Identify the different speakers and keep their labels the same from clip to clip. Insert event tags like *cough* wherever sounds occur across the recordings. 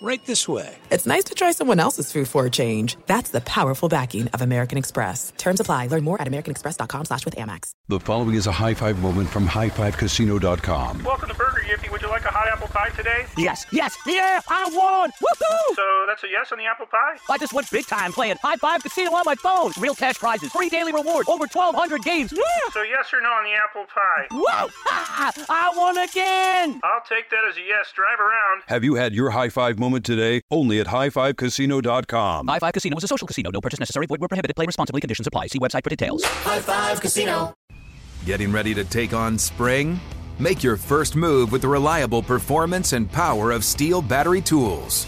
Speaker 1: Right this way.
Speaker 2: it's nice to try someone else's food for a change. That's the powerful backing of American Express. Terms apply. Learn more at americanexpress.com slash with Amex.
Speaker 3: The following is a high five moment from highfivecasino.com.
Speaker 4: Welcome to Burger Yippee. Would you like a hot apple pie today?
Speaker 5: Yes, yes, yeah, I won! Woohoo!
Speaker 4: So that's a yes on the apple pie?
Speaker 5: I just went big time playing High Five Casino on my phone. Real cash prizes, free daily rewards, over 1,200 games. Yeah!
Speaker 4: So yes or no on the apple pie?
Speaker 5: Whoa! Ha! *laughs* I won again!
Speaker 4: I'll take that as a yes. Drive around.
Speaker 3: Have you had your high five moment today? Only at highfivecasino.com.
Speaker 5: High Five Casino is a social casino. No purchase necessary. Void where prohibited. Play responsibly. Conditions apply. See website for details.
Speaker 6: Getting ready to take on spring? Make your first move with the reliable performance and power of steel battery tools.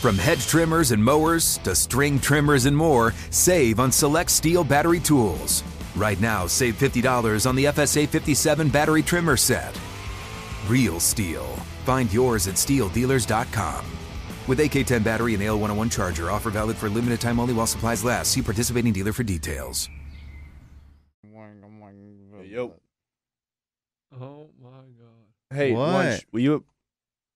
Speaker 6: From hedge trimmers and mowers to string trimmers and more, save on select steel battery tools. Right now, save $50 on the FSA 57 battery trimmer set. Real steel. Find yours at steeldealers.com. With AK10 battery and AL101 charger, offer valid for limited time only while supplies last. See participating dealer for details.
Speaker 7: Yo.
Speaker 8: Oh my god.
Speaker 7: Hey,
Speaker 9: What?
Speaker 7: lunch. Will you?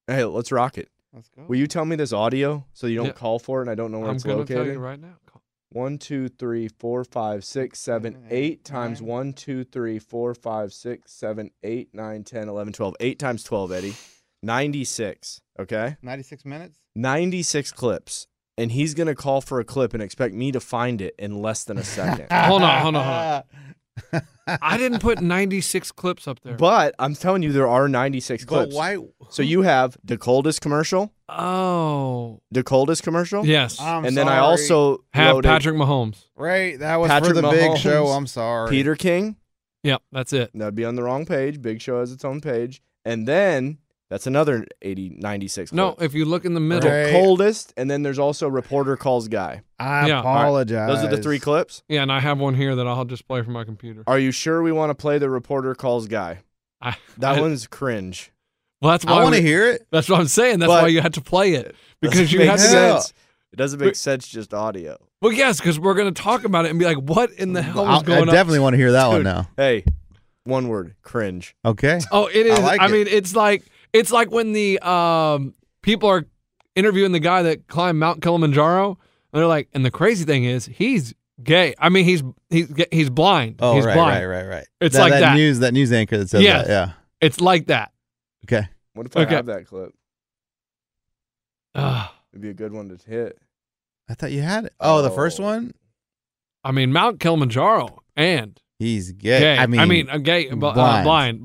Speaker 7: Hey, let's rock it.
Speaker 9: Let's go.
Speaker 7: Will you tell me this audio so you don't
Speaker 8: Yeah.
Speaker 7: call for it and I don't know where
Speaker 8: I'm
Speaker 7: it's
Speaker 8: gonna
Speaker 7: located?
Speaker 8: tell you right now. Call-
Speaker 7: One, two, three, four, five, six, seven,
Speaker 9: Seven, eight,
Speaker 7: eight times
Speaker 9: nine.
Speaker 7: one, two, three, four, five, six, seven, eight, nine, ten, eleven, twelve. Eight times twelve, Eddie. Ninety-six. Okay.
Speaker 9: 96 minutes?
Speaker 7: Ninety-six clips, and he's gonna call for a clip and expect me to find it in less than
Speaker 8: *laughs*
Speaker 7: a second.
Speaker 8: Hold on, hold on, hold
Speaker 7: *laughs*
Speaker 8: on. I didn't put 96 clips up there.
Speaker 7: but I'm telling you, there are ninety-six
Speaker 9: But
Speaker 7: clips.
Speaker 9: why?
Speaker 7: So you have the coldest commercial,
Speaker 8: oh,
Speaker 7: the coldest commercial,
Speaker 8: yes.
Speaker 1: Um,
Speaker 9: I'm
Speaker 7: and then I
Speaker 9: sorry.
Speaker 7: also
Speaker 8: Have
Speaker 7: loaded
Speaker 8: Patrick Mahomes.
Speaker 9: Right, that was
Speaker 7: Patrick
Speaker 9: for the big
Speaker 7: Mahomes,
Speaker 9: show. I'm sorry.
Speaker 7: Peter King.
Speaker 8: Yep, that's it.
Speaker 7: That'd be on the wrong page. Big Show has its own page. And then that's another 80, 96.
Speaker 8: No,
Speaker 7: clip.
Speaker 8: if you look in the
Speaker 7: The
Speaker 8: middle,
Speaker 9: Right.
Speaker 7: coldest, and then there's also Reporter Calls Guy.
Speaker 9: I
Speaker 8: Yeah.
Speaker 9: apologize.
Speaker 7: Those are the three clips.
Speaker 8: yeah, and I have one here that I'll just play from my computer.
Speaker 7: Are you sure we want to play the Reporter Calls Guy?
Speaker 8: I,
Speaker 7: That
Speaker 8: I-
Speaker 7: one's cringe.
Speaker 8: Well, that's why
Speaker 9: I want to
Speaker 8: we-
Speaker 9: hear it.
Speaker 8: That's what I'm saying. That's
Speaker 7: But-
Speaker 8: why you had to play
Speaker 7: *laughs*
Speaker 8: it because
Speaker 7: Doesn't
Speaker 8: you
Speaker 7: make
Speaker 8: had to.
Speaker 9: Yeah.
Speaker 7: sense. It doesn't make sense just audio.
Speaker 8: Well, yes, because we're gonna talk about it and be like, "What in the hell
Speaker 9: I'll-
Speaker 8: is going
Speaker 9: I
Speaker 8: on?"
Speaker 9: definitely want to hear that one
Speaker 7: Dude.
Speaker 9: now.
Speaker 7: Hey, one word cringe.
Speaker 9: Okay.
Speaker 8: Oh, it is.
Speaker 9: I
Speaker 8: I,
Speaker 9: like it.
Speaker 8: mean, it's like it's like when the um, people are interviewing the guy that climbed Mount Kilimanjaro, and they're like, and the crazy thing is, he's gay. I mean, he's he's ga- he's blind.
Speaker 9: Oh,
Speaker 8: he's
Speaker 9: right,
Speaker 8: blind.
Speaker 9: right, right, right.
Speaker 8: It's like that.
Speaker 9: news, that news anchor that says
Speaker 8: Yes.
Speaker 9: that. Yeah.
Speaker 8: It's like that.
Speaker 9: Okay.
Speaker 7: What if I
Speaker 8: Okay.
Speaker 7: have that clip?
Speaker 8: Ugh.
Speaker 7: It'd be a good one to hit.
Speaker 9: I thought you had it. Oh, the
Speaker 7: Oh.
Speaker 9: first one.
Speaker 8: I mean, Mount Kilimanjaro and
Speaker 9: He's gay.
Speaker 8: gay.
Speaker 9: I mean,
Speaker 8: I
Speaker 9: *laughs*
Speaker 8: mean, uh, gay, bl- Uh,
Speaker 9: blind.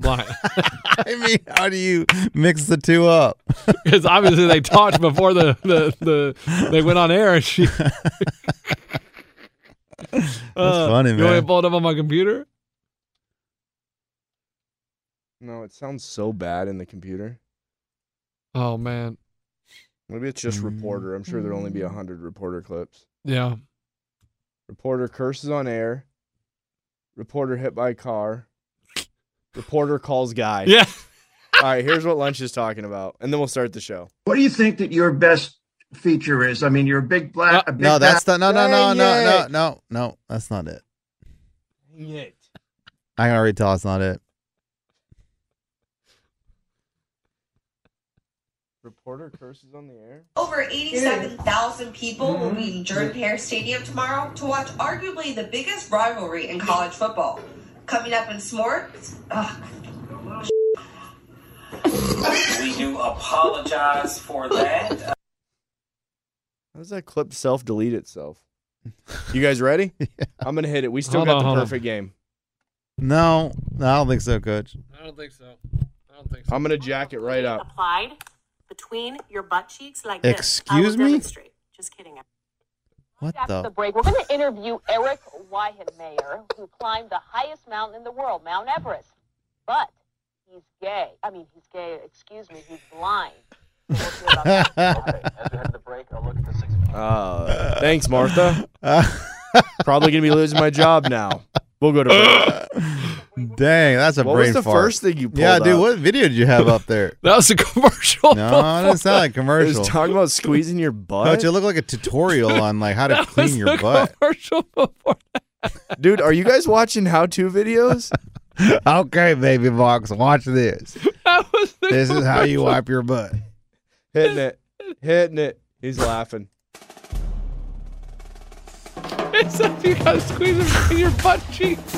Speaker 8: blind, blind. *laughs*
Speaker 9: I mean, how do you mix the two up?
Speaker 8: Because obviously they talked before the, the, the *laughs* they went on air, and
Speaker 9: *laughs*
Speaker 8: she. *laughs* That's
Speaker 9: funny,
Speaker 8: Uh, You want me
Speaker 9: man.
Speaker 8: to pull it up on my computer?
Speaker 7: No, it sounds so bad in the computer.
Speaker 8: Oh man,
Speaker 7: Maybe it's just reporter. I'm sure there'll only be 100 reporter clips.
Speaker 8: yeah.
Speaker 7: Reporter curses on air. Reporter hit by car. Reporter calls guy.
Speaker 8: Yeah.
Speaker 7: All right, here's what lunch is talking about, and then we'll start the show.
Speaker 10: What do you think that your best feature is? I mean, you're a big black. a big
Speaker 9: No, that's
Speaker 10: black-
Speaker 9: the no, no, no, no,
Speaker 7: Dang
Speaker 9: no,
Speaker 7: it.
Speaker 9: no, no. That's not it. I can already tell it's not it.
Speaker 7: Reporter curses on the air.
Speaker 11: Over 87,000 people will be in Jordan Hare Stadium tomorrow to watch arguably the biggest rivalry in college football. Coming up in sports, ugh,
Speaker 5: We do apologize for that.
Speaker 7: How does that clip self delete itself? You guys
Speaker 9: *laughs*
Speaker 7: ready? I'm gonna hit it. We still
Speaker 8: Hold
Speaker 7: got
Speaker 8: on,
Speaker 7: the
Speaker 8: hold on.
Speaker 7: perfect game.
Speaker 9: No, no, I don't think so, Coach.
Speaker 8: I don't think so. I don't think
Speaker 7: I'm gonna jack it right up.
Speaker 11: Applied between your butt cheeks like
Speaker 9: Excuse me.
Speaker 11: straight. Just kidding.
Speaker 9: What the?
Speaker 11: break, we're going to interview Eric Weihenmayer, who climbed the highest mountain in the world, Mount Everest. But he's gay. I mean, he's gay. Excuse me, he's blind.
Speaker 9: *laughs*
Speaker 7: Uh, thanks, Martha.
Speaker 9: Uh,
Speaker 7: Probably gonna be losing my job now. We'll go to break.
Speaker 9: Dang, that's a
Speaker 7: What
Speaker 9: brain
Speaker 7: was the
Speaker 9: fart.
Speaker 7: first thing you pulled
Speaker 9: yeah, dude.
Speaker 7: up?
Speaker 9: What video did you have up
Speaker 7: *laughs*
Speaker 9: there?
Speaker 8: that was a *laughs* commercial.
Speaker 9: no, it doesn't sound like a
Speaker 7: It was
Speaker 9: commercial.
Speaker 7: talking about squeezing your butt. *laughs*
Speaker 9: Coach, it looked like a tutorial on like how to clean your butt.
Speaker 8: commercial before.
Speaker 7: Dude, are you guys watching how to videos?
Speaker 9: *laughs* okay, baby box,
Speaker 7: *laughs*
Speaker 9: watch this.
Speaker 8: That was the
Speaker 9: This is how you wipe your butt.
Speaker 7: Hitting it. Hitting it. He's laughing.
Speaker 8: It's like you gotta squeeze them in your butt cheeks.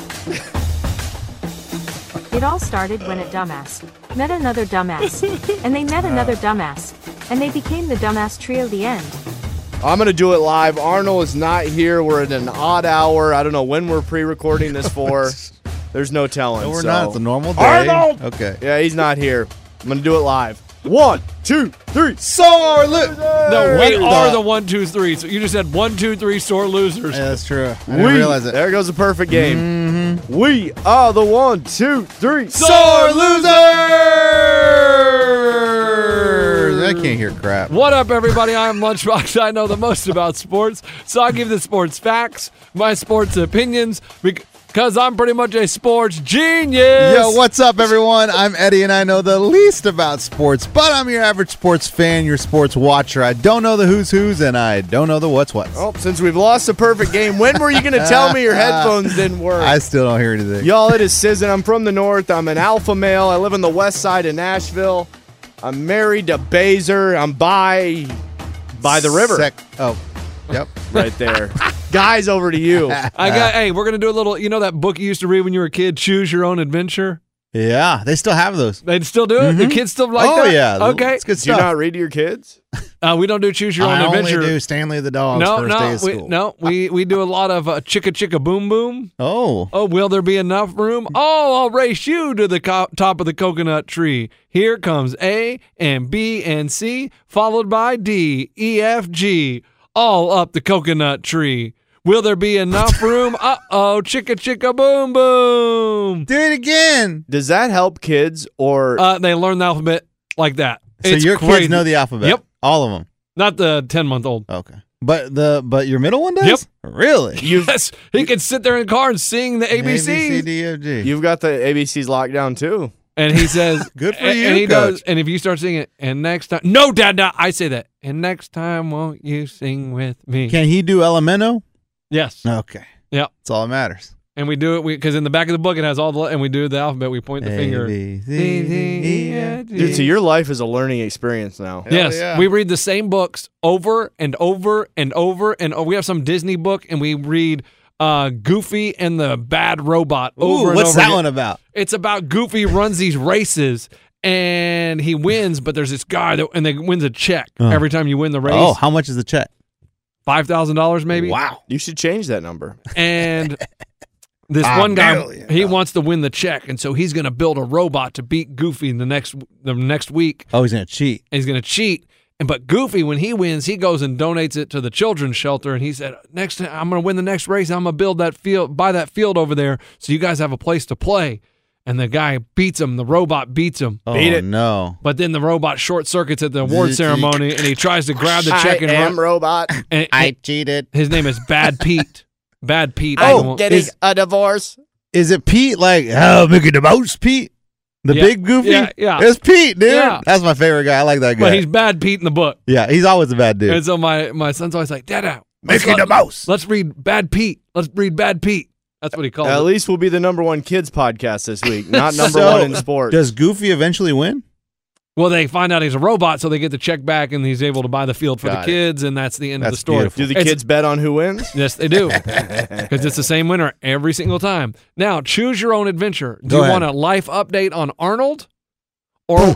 Speaker 1: It all started when a dumbass met another
Speaker 9: *laughs*
Speaker 1: dumbass, and they met another dumbass, and they became the dumbass trio. The end.
Speaker 7: I'm gonna do it live. Arnold is not here. We're at an odd hour. I don't know when we're pre-recording this for. There's no telling.
Speaker 9: No, we're
Speaker 7: so-
Speaker 9: not. It's a normal day.
Speaker 7: Arnold!
Speaker 9: Okay.
Speaker 7: Yeah, he's not here. I'm gonna do it live. One, two, three. Sore loser.
Speaker 8: No, we are the one, two, three. So you just said one, two, three sore losers.
Speaker 9: Yeah, that's true. I
Speaker 7: We
Speaker 9: didn't realize it. Mm-hmm.
Speaker 7: There goes the perfect game. We are the one, two, three.
Speaker 9: Sore losers! I can't hear crap.
Speaker 8: What up, everybody? I'm Lunchbox. *laughs* I know the most about sports, so I give the sports facts, my sports opinions, because I'm pretty much a sports genius.
Speaker 9: Yo, what's up, everyone? I'm Eddie, and I know the least about sports, but I'm your average sports fan, your sports watcher. I don't know the who's who's, and I don't know the what's what's.
Speaker 7: Oh, since we've lost the perfect game, when were you gonna tell
Speaker 9: *laughs*
Speaker 7: me your headphones didn't work?
Speaker 9: I still don't hear anything.
Speaker 7: Y'all, it is Sizzin. I'm from the north. I'm an alpha male. I live on the west side of Nashville. I'm married to Baser. I'm by by the river
Speaker 9: Sec- oh,
Speaker 8: *laughs*
Speaker 9: yep.
Speaker 7: right there. *laughs* Guys, over to you.
Speaker 8: I got. Hey, we're gonna do a little. You know that book you used to read when you were a kid, Choose Your Own Adventure.
Speaker 9: Yeah, they still have those.
Speaker 8: They'd still do it. The kids still like
Speaker 9: oh,
Speaker 8: that.
Speaker 9: yeah.
Speaker 8: Okay.
Speaker 9: It's *laughs* good
Speaker 7: Do you
Speaker 9: stuff.
Speaker 7: not read to your kids?
Speaker 8: Uh, we don't do Choose Your Own
Speaker 9: I only
Speaker 8: Adventure.
Speaker 9: do Stanley the dog's
Speaker 8: no,
Speaker 9: first day
Speaker 8: no,
Speaker 9: of
Speaker 8: we,
Speaker 9: school.
Speaker 8: no. We we do a lot of uh, chicka chicka boom boom.
Speaker 9: Oh.
Speaker 8: Oh, will there be enough room? Oh, I'll race you to the co- top of the coconut tree. Here comes A and B and C, followed by D, E, F, G, all up the coconut tree. Will there be enough
Speaker 9: *laughs*
Speaker 8: room? Uh oh, chicka chicka boom boom.
Speaker 9: Do it again.
Speaker 7: Does that help kids or
Speaker 8: Uh, they learn the alphabet like that.
Speaker 9: So
Speaker 8: It's
Speaker 9: your
Speaker 8: crazy.
Speaker 9: kids know the alphabet.
Speaker 8: Yep.
Speaker 9: All of them.
Speaker 8: Not the 10 month
Speaker 9: *laughs*
Speaker 8: old.
Speaker 9: Okay. But the but your middle one does? Yep. Really?
Speaker 7: you've
Speaker 8: Yes, he can sit there in the car and sing the ABCs.
Speaker 9: A, B, C, D, E F, G.
Speaker 7: you've got the ABCs locked down too?
Speaker 8: And he says,
Speaker 9: *laughs* Good for
Speaker 8: and,
Speaker 9: you,
Speaker 8: And he
Speaker 9: coach.
Speaker 8: does. And if you start singing, and next time, no, dad, no, I say that. And next time, won't you sing with me?
Speaker 9: Can he do Elemento?
Speaker 8: yes.
Speaker 9: Okay.
Speaker 8: Yep.
Speaker 9: That's all that matters.
Speaker 8: And we do it because in the back of the book it has all the, and we do the alphabet. We point the
Speaker 9: A,
Speaker 8: finger.
Speaker 9: B, C, D, E, F, G.
Speaker 7: Dude, so your life is a learning experience now.
Speaker 9: Hell
Speaker 8: Yes,
Speaker 9: yeah.
Speaker 8: we read the same books over and over and over and over. We have some Disney book, and we read uh, Goofy and the Bad Robot over
Speaker 9: Ooh,
Speaker 8: and
Speaker 9: what's
Speaker 8: over
Speaker 9: that
Speaker 8: again.
Speaker 9: one about?
Speaker 8: It's about Goofy runs these races and he wins, but there's this guy that and they wins a check every time you win the race.
Speaker 9: Oh, how much is the check?
Speaker 8: five thousand dollars maybe.
Speaker 9: Wow.
Speaker 7: You should change that number.
Speaker 9: *laughs*
Speaker 8: And this
Speaker 9: Ah,
Speaker 8: one guy
Speaker 9: hell yeah.
Speaker 8: he wants to win the check, and so he's gonna build a robot to beat Goofy in the next the next week,
Speaker 9: Oh, he's gonna cheat.
Speaker 8: and he's gonna cheat. And but Goofy, when he wins, he goes and donates it to the children's shelter, and he said, "Next, time, I'm gonna win the next race. I'm gonna build that field, buy that field over there, so you guys have a place to play." And the guy beats him. The robot beats him.
Speaker 9: Oh
Speaker 7: Beat it.
Speaker 9: no.
Speaker 8: But then the robot short circuits at the award
Speaker 9: Zzzz.
Speaker 8: ceremony, and he tries to grab the check
Speaker 7: I
Speaker 8: and
Speaker 7: am
Speaker 8: run.
Speaker 9: *laughs*
Speaker 7: robot.
Speaker 8: and-
Speaker 9: I cheated.
Speaker 8: His name is
Speaker 7: *laughs*
Speaker 8: Bad Pete. Bad Pete.
Speaker 7: I'm Oh, getting
Speaker 9: is-
Speaker 7: a divorce.
Speaker 9: Is it Pete? Like, oh, Mickey the Mouse, Pete, the
Speaker 8: Yeah.
Speaker 9: big goofy.
Speaker 8: Yeah, yeah.
Speaker 9: It's Pete, dude.
Speaker 8: Yeah.
Speaker 9: That's my favorite guy. I like that guy.
Speaker 8: but he's Bad Pete in the book.
Speaker 9: yeah, he's always a bad dude.
Speaker 8: And so my, my son's always like, Dada, let's,
Speaker 9: Mickey the Mouse.
Speaker 8: let's read Bad Pete. Let's read Bad Pete. That's what he
Speaker 9: Oh.
Speaker 8: called
Speaker 7: At
Speaker 8: it.
Speaker 7: least we'll be the number one kids podcast this
Speaker 9: *laughs*
Speaker 7: week, not number
Speaker 9: So,
Speaker 7: one in sports.
Speaker 9: Does Goofy eventually win?
Speaker 8: Well, they find out he's a robot, so they get the check back, and he's able to buy the field for
Speaker 9: Got
Speaker 8: the
Speaker 9: it.
Speaker 8: kids, and that's the end of the
Speaker 9: That's
Speaker 8: story.
Speaker 9: beautiful.
Speaker 7: Do the
Speaker 8: It's-
Speaker 7: kids bet on who wins?
Speaker 8: Yes, they
Speaker 9: *laughs*
Speaker 8: do. Because it's the same winner every single time. Now, choose your own adventure. Do
Speaker 9: Go
Speaker 8: you
Speaker 9: ahead.
Speaker 8: want a life update on Arnold or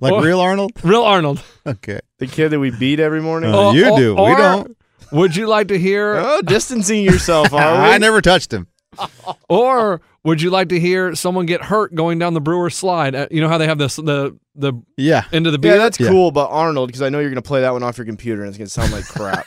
Speaker 9: Like
Speaker 8: Or-
Speaker 9: real Arnold? *laughs*
Speaker 8: real Arnold?
Speaker 9: Okay.
Speaker 7: The kid that we beat every morning?
Speaker 9: Uh,
Speaker 8: Or-
Speaker 9: you
Speaker 8: or-
Speaker 9: do. we
Speaker 8: or
Speaker 9: don't.
Speaker 8: Would you like to
Speaker 9: *laughs*
Speaker 8: hear,
Speaker 7: Oh, distancing yourself, are we?
Speaker 9: I never touched him.
Speaker 8: or would you like to hear someone get hurt going down the Brewer's slide? Uh, you know how they have this the the
Speaker 9: Yeah.
Speaker 8: end of the beer.
Speaker 7: yeah, that's
Speaker 9: Yeah.
Speaker 7: cool, but Arnold, because I know you're going to play that one off your computer and it's going to sound like
Speaker 9: *laughs*
Speaker 7: crap.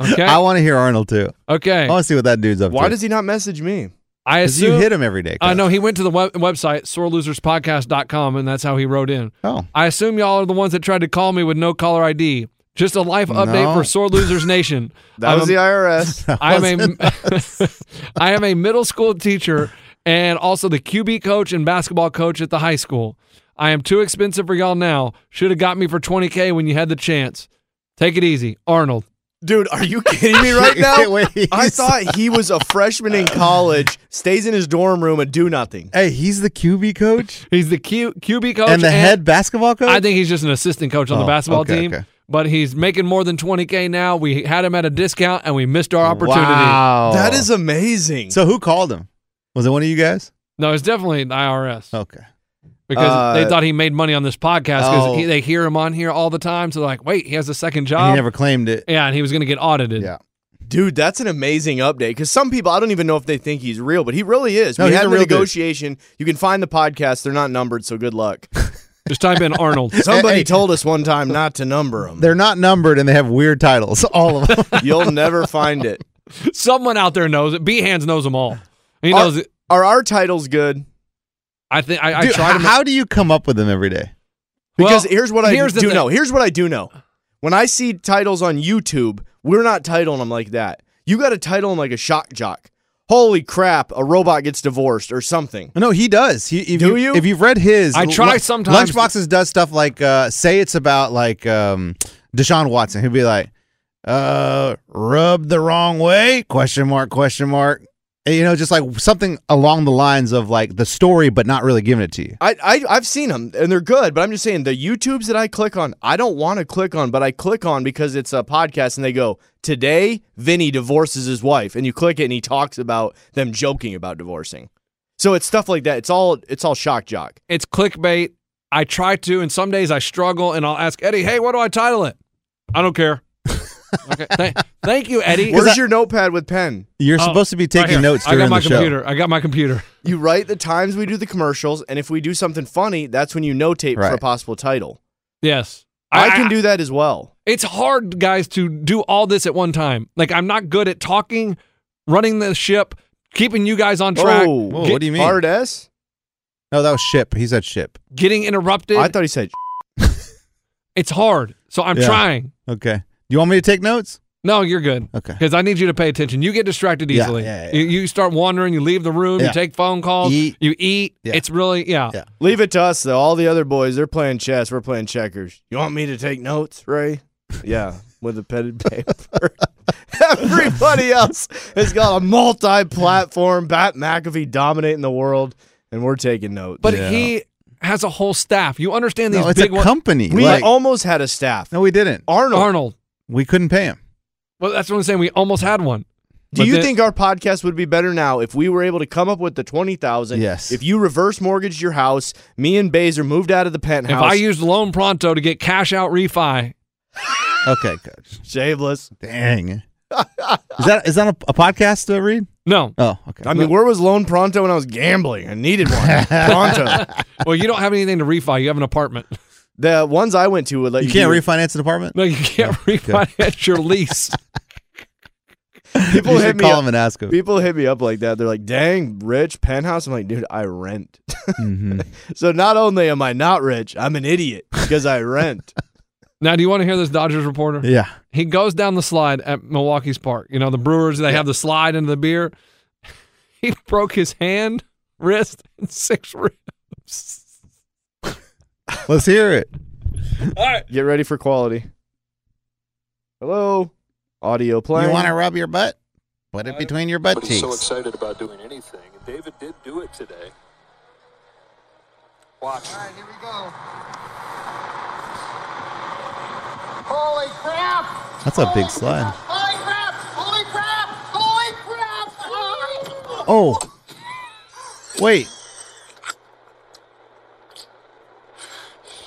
Speaker 8: okay.
Speaker 9: I want to hear Arnold too.
Speaker 8: okay.
Speaker 9: I want to see what that dude's up
Speaker 7: Why
Speaker 9: to.
Speaker 7: does he not message me?
Speaker 8: I
Speaker 9: 'Cause you
Speaker 8: assume.
Speaker 9: hit him every day?
Speaker 8: I
Speaker 9: Coach.
Speaker 8: know he went to the web- website soreleaserspodcast.com and that's how he wrote in.
Speaker 9: Oh.
Speaker 8: I assume y'all are the ones that tried to call me with no caller ID. Just a life update
Speaker 9: No.
Speaker 8: for Sore
Speaker 9: *laughs*
Speaker 8: Losers Nation.
Speaker 7: That
Speaker 8: I'm
Speaker 7: was
Speaker 8: a-
Speaker 7: the IRS.
Speaker 8: I am a *laughs* I am a middle school teacher and also the QB coach and basketball coach at the high school. I am too expensive for y'all now. Should have got me for 20k when you had the chance. Take it easy, Arnold.
Speaker 7: Dude, are you kidding me
Speaker 9: *laughs*
Speaker 7: right now?
Speaker 9: Wait.
Speaker 7: I thought he was a freshman in college, stays in his dorm room and do nothing.
Speaker 9: Hey, he's the QB coach
Speaker 8: He's the Q, QB coach
Speaker 9: and the head basketball coach.
Speaker 8: I think he's just an assistant coach on the
Speaker 9: Oh,
Speaker 8: basketball
Speaker 9: okay,
Speaker 8: team.
Speaker 9: okay.
Speaker 8: But he's making more than 20K now. We had him at a discount and we missed our opportunity.
Speaker 9: Wow,
Speaker 7: That is amazing.
Speaker 9: Oh. So who called him? Was it one of you guys?
Speaker 8: No, it's definitely the IRS
Speaker 9: Okay.
Speaker 8: because
Speaker 7: Uh,
Speaker 8: they thought he made money on this podcast because
Speaker 9: Oh.
Speaker 8: they hear him on here all the time. So, they're like, wait, he has a second job.
Speaker 9: And he never claimed it.
Speaker 8: yeah, and he was going to get audited.
Speaker 9: Yeah.
Speaker 7: Dude, that's an amazing update because some people, I don't even know if they think he's real, but he really is.
Speaker 9: No,
Speaker 7: we
Speaker 9: he's
Speaker 7: had
Speaker 9: a
Speaker 7: a
Speaker 9: real dude.
Speaker 7: negotiation. You can find the podcast. They're not numbered, so good
Speaker 9: *laughs*
Speaker 7: luck.
Speaker 8: Just type in Arnold.
Speaker 7: Somebody
Speaker 9: hey.
Speaker 7: told us one time not to number them.
Speaker 9: They're not numbered and they have weird titles, all of them.
Speaker 7: *laughs* You'll never find it.
Speaker 8: Someone out there knows it. B Hands knows them all. He
Speaker 7: Are-
Speaker 8: knows it.
Speaker 7: Are our titles good?
Speaker 8: I think I, *laughs* I
Speaker 9: Dude,
Speaker 8: tried
Speaker 9: h-
Speaker 8: him.
Speaker 9: how do you come up with them every day?
Speaker 7: Because
Speaker 8: Well,
Speaker 7: here's what I
Speaker 8: here's the
Speaker 7: do
Speaker 8: thing.
Speaker 7: know. Here's what I do know. When I see titles on YouTube, we're not titling them like that. You got to title them like a shock jock. Holy crap! A robot gets divorced or something.
Speaker 9: No, he does. He, if
Speaker 7: Do
Speaker 9: you,
Speaker 7: you?
Speaker 9: If you've read his,
Speaker 8: I try
Speaker 9: Lu-
Speaker 8: sometimes.
Speaker 9: Lunchboxes does stuff like uh, say it's about like um, Deshaun Watson. He'll be like, uh, "Rubbed the wrong way?" Question mark? Question mark? And, you know, just like something along the lines of like the story, but not really giving it to you.
Speaker 7: I, I I've seen them and they're good, but I'm just saying the YouTubes that I click on, I don't want to click on, but I click on because it's a podcast and they go today Vinny divorces his wife, and you click it and he talks about them joking about divorcing. So it's stuff like that. It's all it's all shock jock.
Speaker 8: it's clickbait. I try to, and some days I struggle, and I'll ask Eddie, "Hey, what do I title it?" I don't care. okay, Th- thank you, Eddie.
Speaker 7: Where's your notepad with pen?
Speaker 9: You're
Speaker 8: Oh,
Speaker 9: supposed to be
Speaker 8: right
Speaker 9: taking
Speaker 8: here.
Speaker 9: notes
Speaker 8: I
Speaker 9: during
Speaker 8: got my
Speaker 9: the
Speaker 8: computer. I got my computer.
Speaker 7: You write the times we do the commercials, and if we do something funny, that's when you notate for a
Speaker 9: Right.
Speaker 7: possible title.
Speaker 8: Yes,
Speaker 7: I, can do that as well.
Speaker 8: It's hard, guys, to do all this at one time. Like I'm not good at talking, running the ship, keeping you guys on track,
Speaker 7: Whoa.
Speaker 9: Whoa, what do you mean?
Speaker 7: Hard S?
Speaker 9: show. No, that was ship. He said ship.
Speaker 8: getting interrupted.
Speaker 7: I thought he said
Speaker 8: it's hard, so I'm
Speaker 9: Yeah.
Speaker 8: trying.
Speaker 9: Okay. You want me to take notes?
Speaker 8: No, you're good.
Speaker 9: Okay.
Speaker 8: Because I need you to pay attention. You get distracted
Speaker 9: Yeah,
Speaker 8: easily.
Speaker 9: yeah, yeah.
Speaker 8: You, you start wandering. You leave the room.
Speaker 9: Yeah.
Speaker 8: You take phone calls.
Speaker 9: Eat.
Speaker 8: You eat.
Speaker 9: Yeah.
Speaker 8: It's really yeah.
Speaker 9: Yeah.
Speaker 7: Leave it to us though. All the other boys, they're playing chess. We're playing checkers. You want me to take notes, Ray? *laughs* Yeah, with a pen and paper. *laughs* Everybody else has got a multi-platform. Bat McAfee dominating the world, and we're taking notes.
Speaker 8: But he has a whole staff. You understand these
Speaker 9: No, it's a
Speaker 8: big ones.
Speaker 9: company.
Speaker 7: we
Speaker 9: like,
Speaker 7: almost had a staff.
Speaker 9: no, we didn't.
Speaker 7: Arnold,
Speaker 8: Arnold.
Speaker 9: We couldn't pay him.
Speaker 8: Well, that's what I'm saying. We almost had one.
Speaker 7: do
Speaker 8: But
Speaker 7: you
Speaker 8: then-
Speaker 7: think our podcast would be better now if we were able to come up with the twenty thousand?
Speaker 9: Yes.
Speaker 7: If you reverse mortgaged your house, me and Baser moved out of the penthouse.
Speaker 8: If I used Loan Pronto to get cash out refi,
Speaker 9: Okay, coach.
Speaker 7: shaveless,
Speaker 8: *laughs*
Speaker 9: Dang. Is that is that a, a podcast to read?
Speaker 8: no.
Speaker 9: Oh, okay.
Speaker 7: I mean, where was Lone Pronto when I was gambling? I needed
Speaker 9: *laughs*
Speaker 7: one. Pronto.
Speaker 8: Well, you don't have anything to refi. You have an apartment. *laughs*
Speaker 7: The ones I went to would let
Speaker 9: you
Speaker 7: you,
Speaker 9: can't
Speaker 7: do-
Speaker 9: refinance an apartment.
Speaker 8: No, you can't refinance your lease.
Speaker 7: People
Speaker 9: *laughs* you
Speaker 7: hit
Speaker 9: should
Speaker 7: me.
Speaker 9: call
Speaker 7: Up,
Speaker 9: him and ask him.
Speaker 7: people hit me up like that. They're like, "Dang, rich penthouse." I'm like, "Dude, I rent." *laughs*
Speaker 9: Mm-hmm.
Speaker 7: so not only am I not rich, I'm an idiot because I rent.
Speaker 9: *laughs*
Speaker 8: Now, do you want to hear this Dodgers reporter?
Speaker 9: Yeah.
Speaker 8: He goes down the slide at Milwaukee's Park. You know, the Brewers, they have the slide into the beer. *laughs* He broke his hand, wrist, and six *laughs* ribs.
Speaker 9: Let's
Speaker 7: *laughs*
Speaker 9: hear it.
Speaker 8: All right.
Speaker 7: Get ready for quality. Hello, audio playing.
Speaker 9: You want to rub your butt? Put it between your butt
Speaker 12: But he's
Speaker 9: cheeks.
Speaker 12: so excited about doing anything. And David did do it today. Watch. All right, here we go. Holy crap!
Speaker 9: That's a big slide.
Speaker 12: Holy crap! Holy crap! Holy crap!
Speaker 9: Oh. Wait.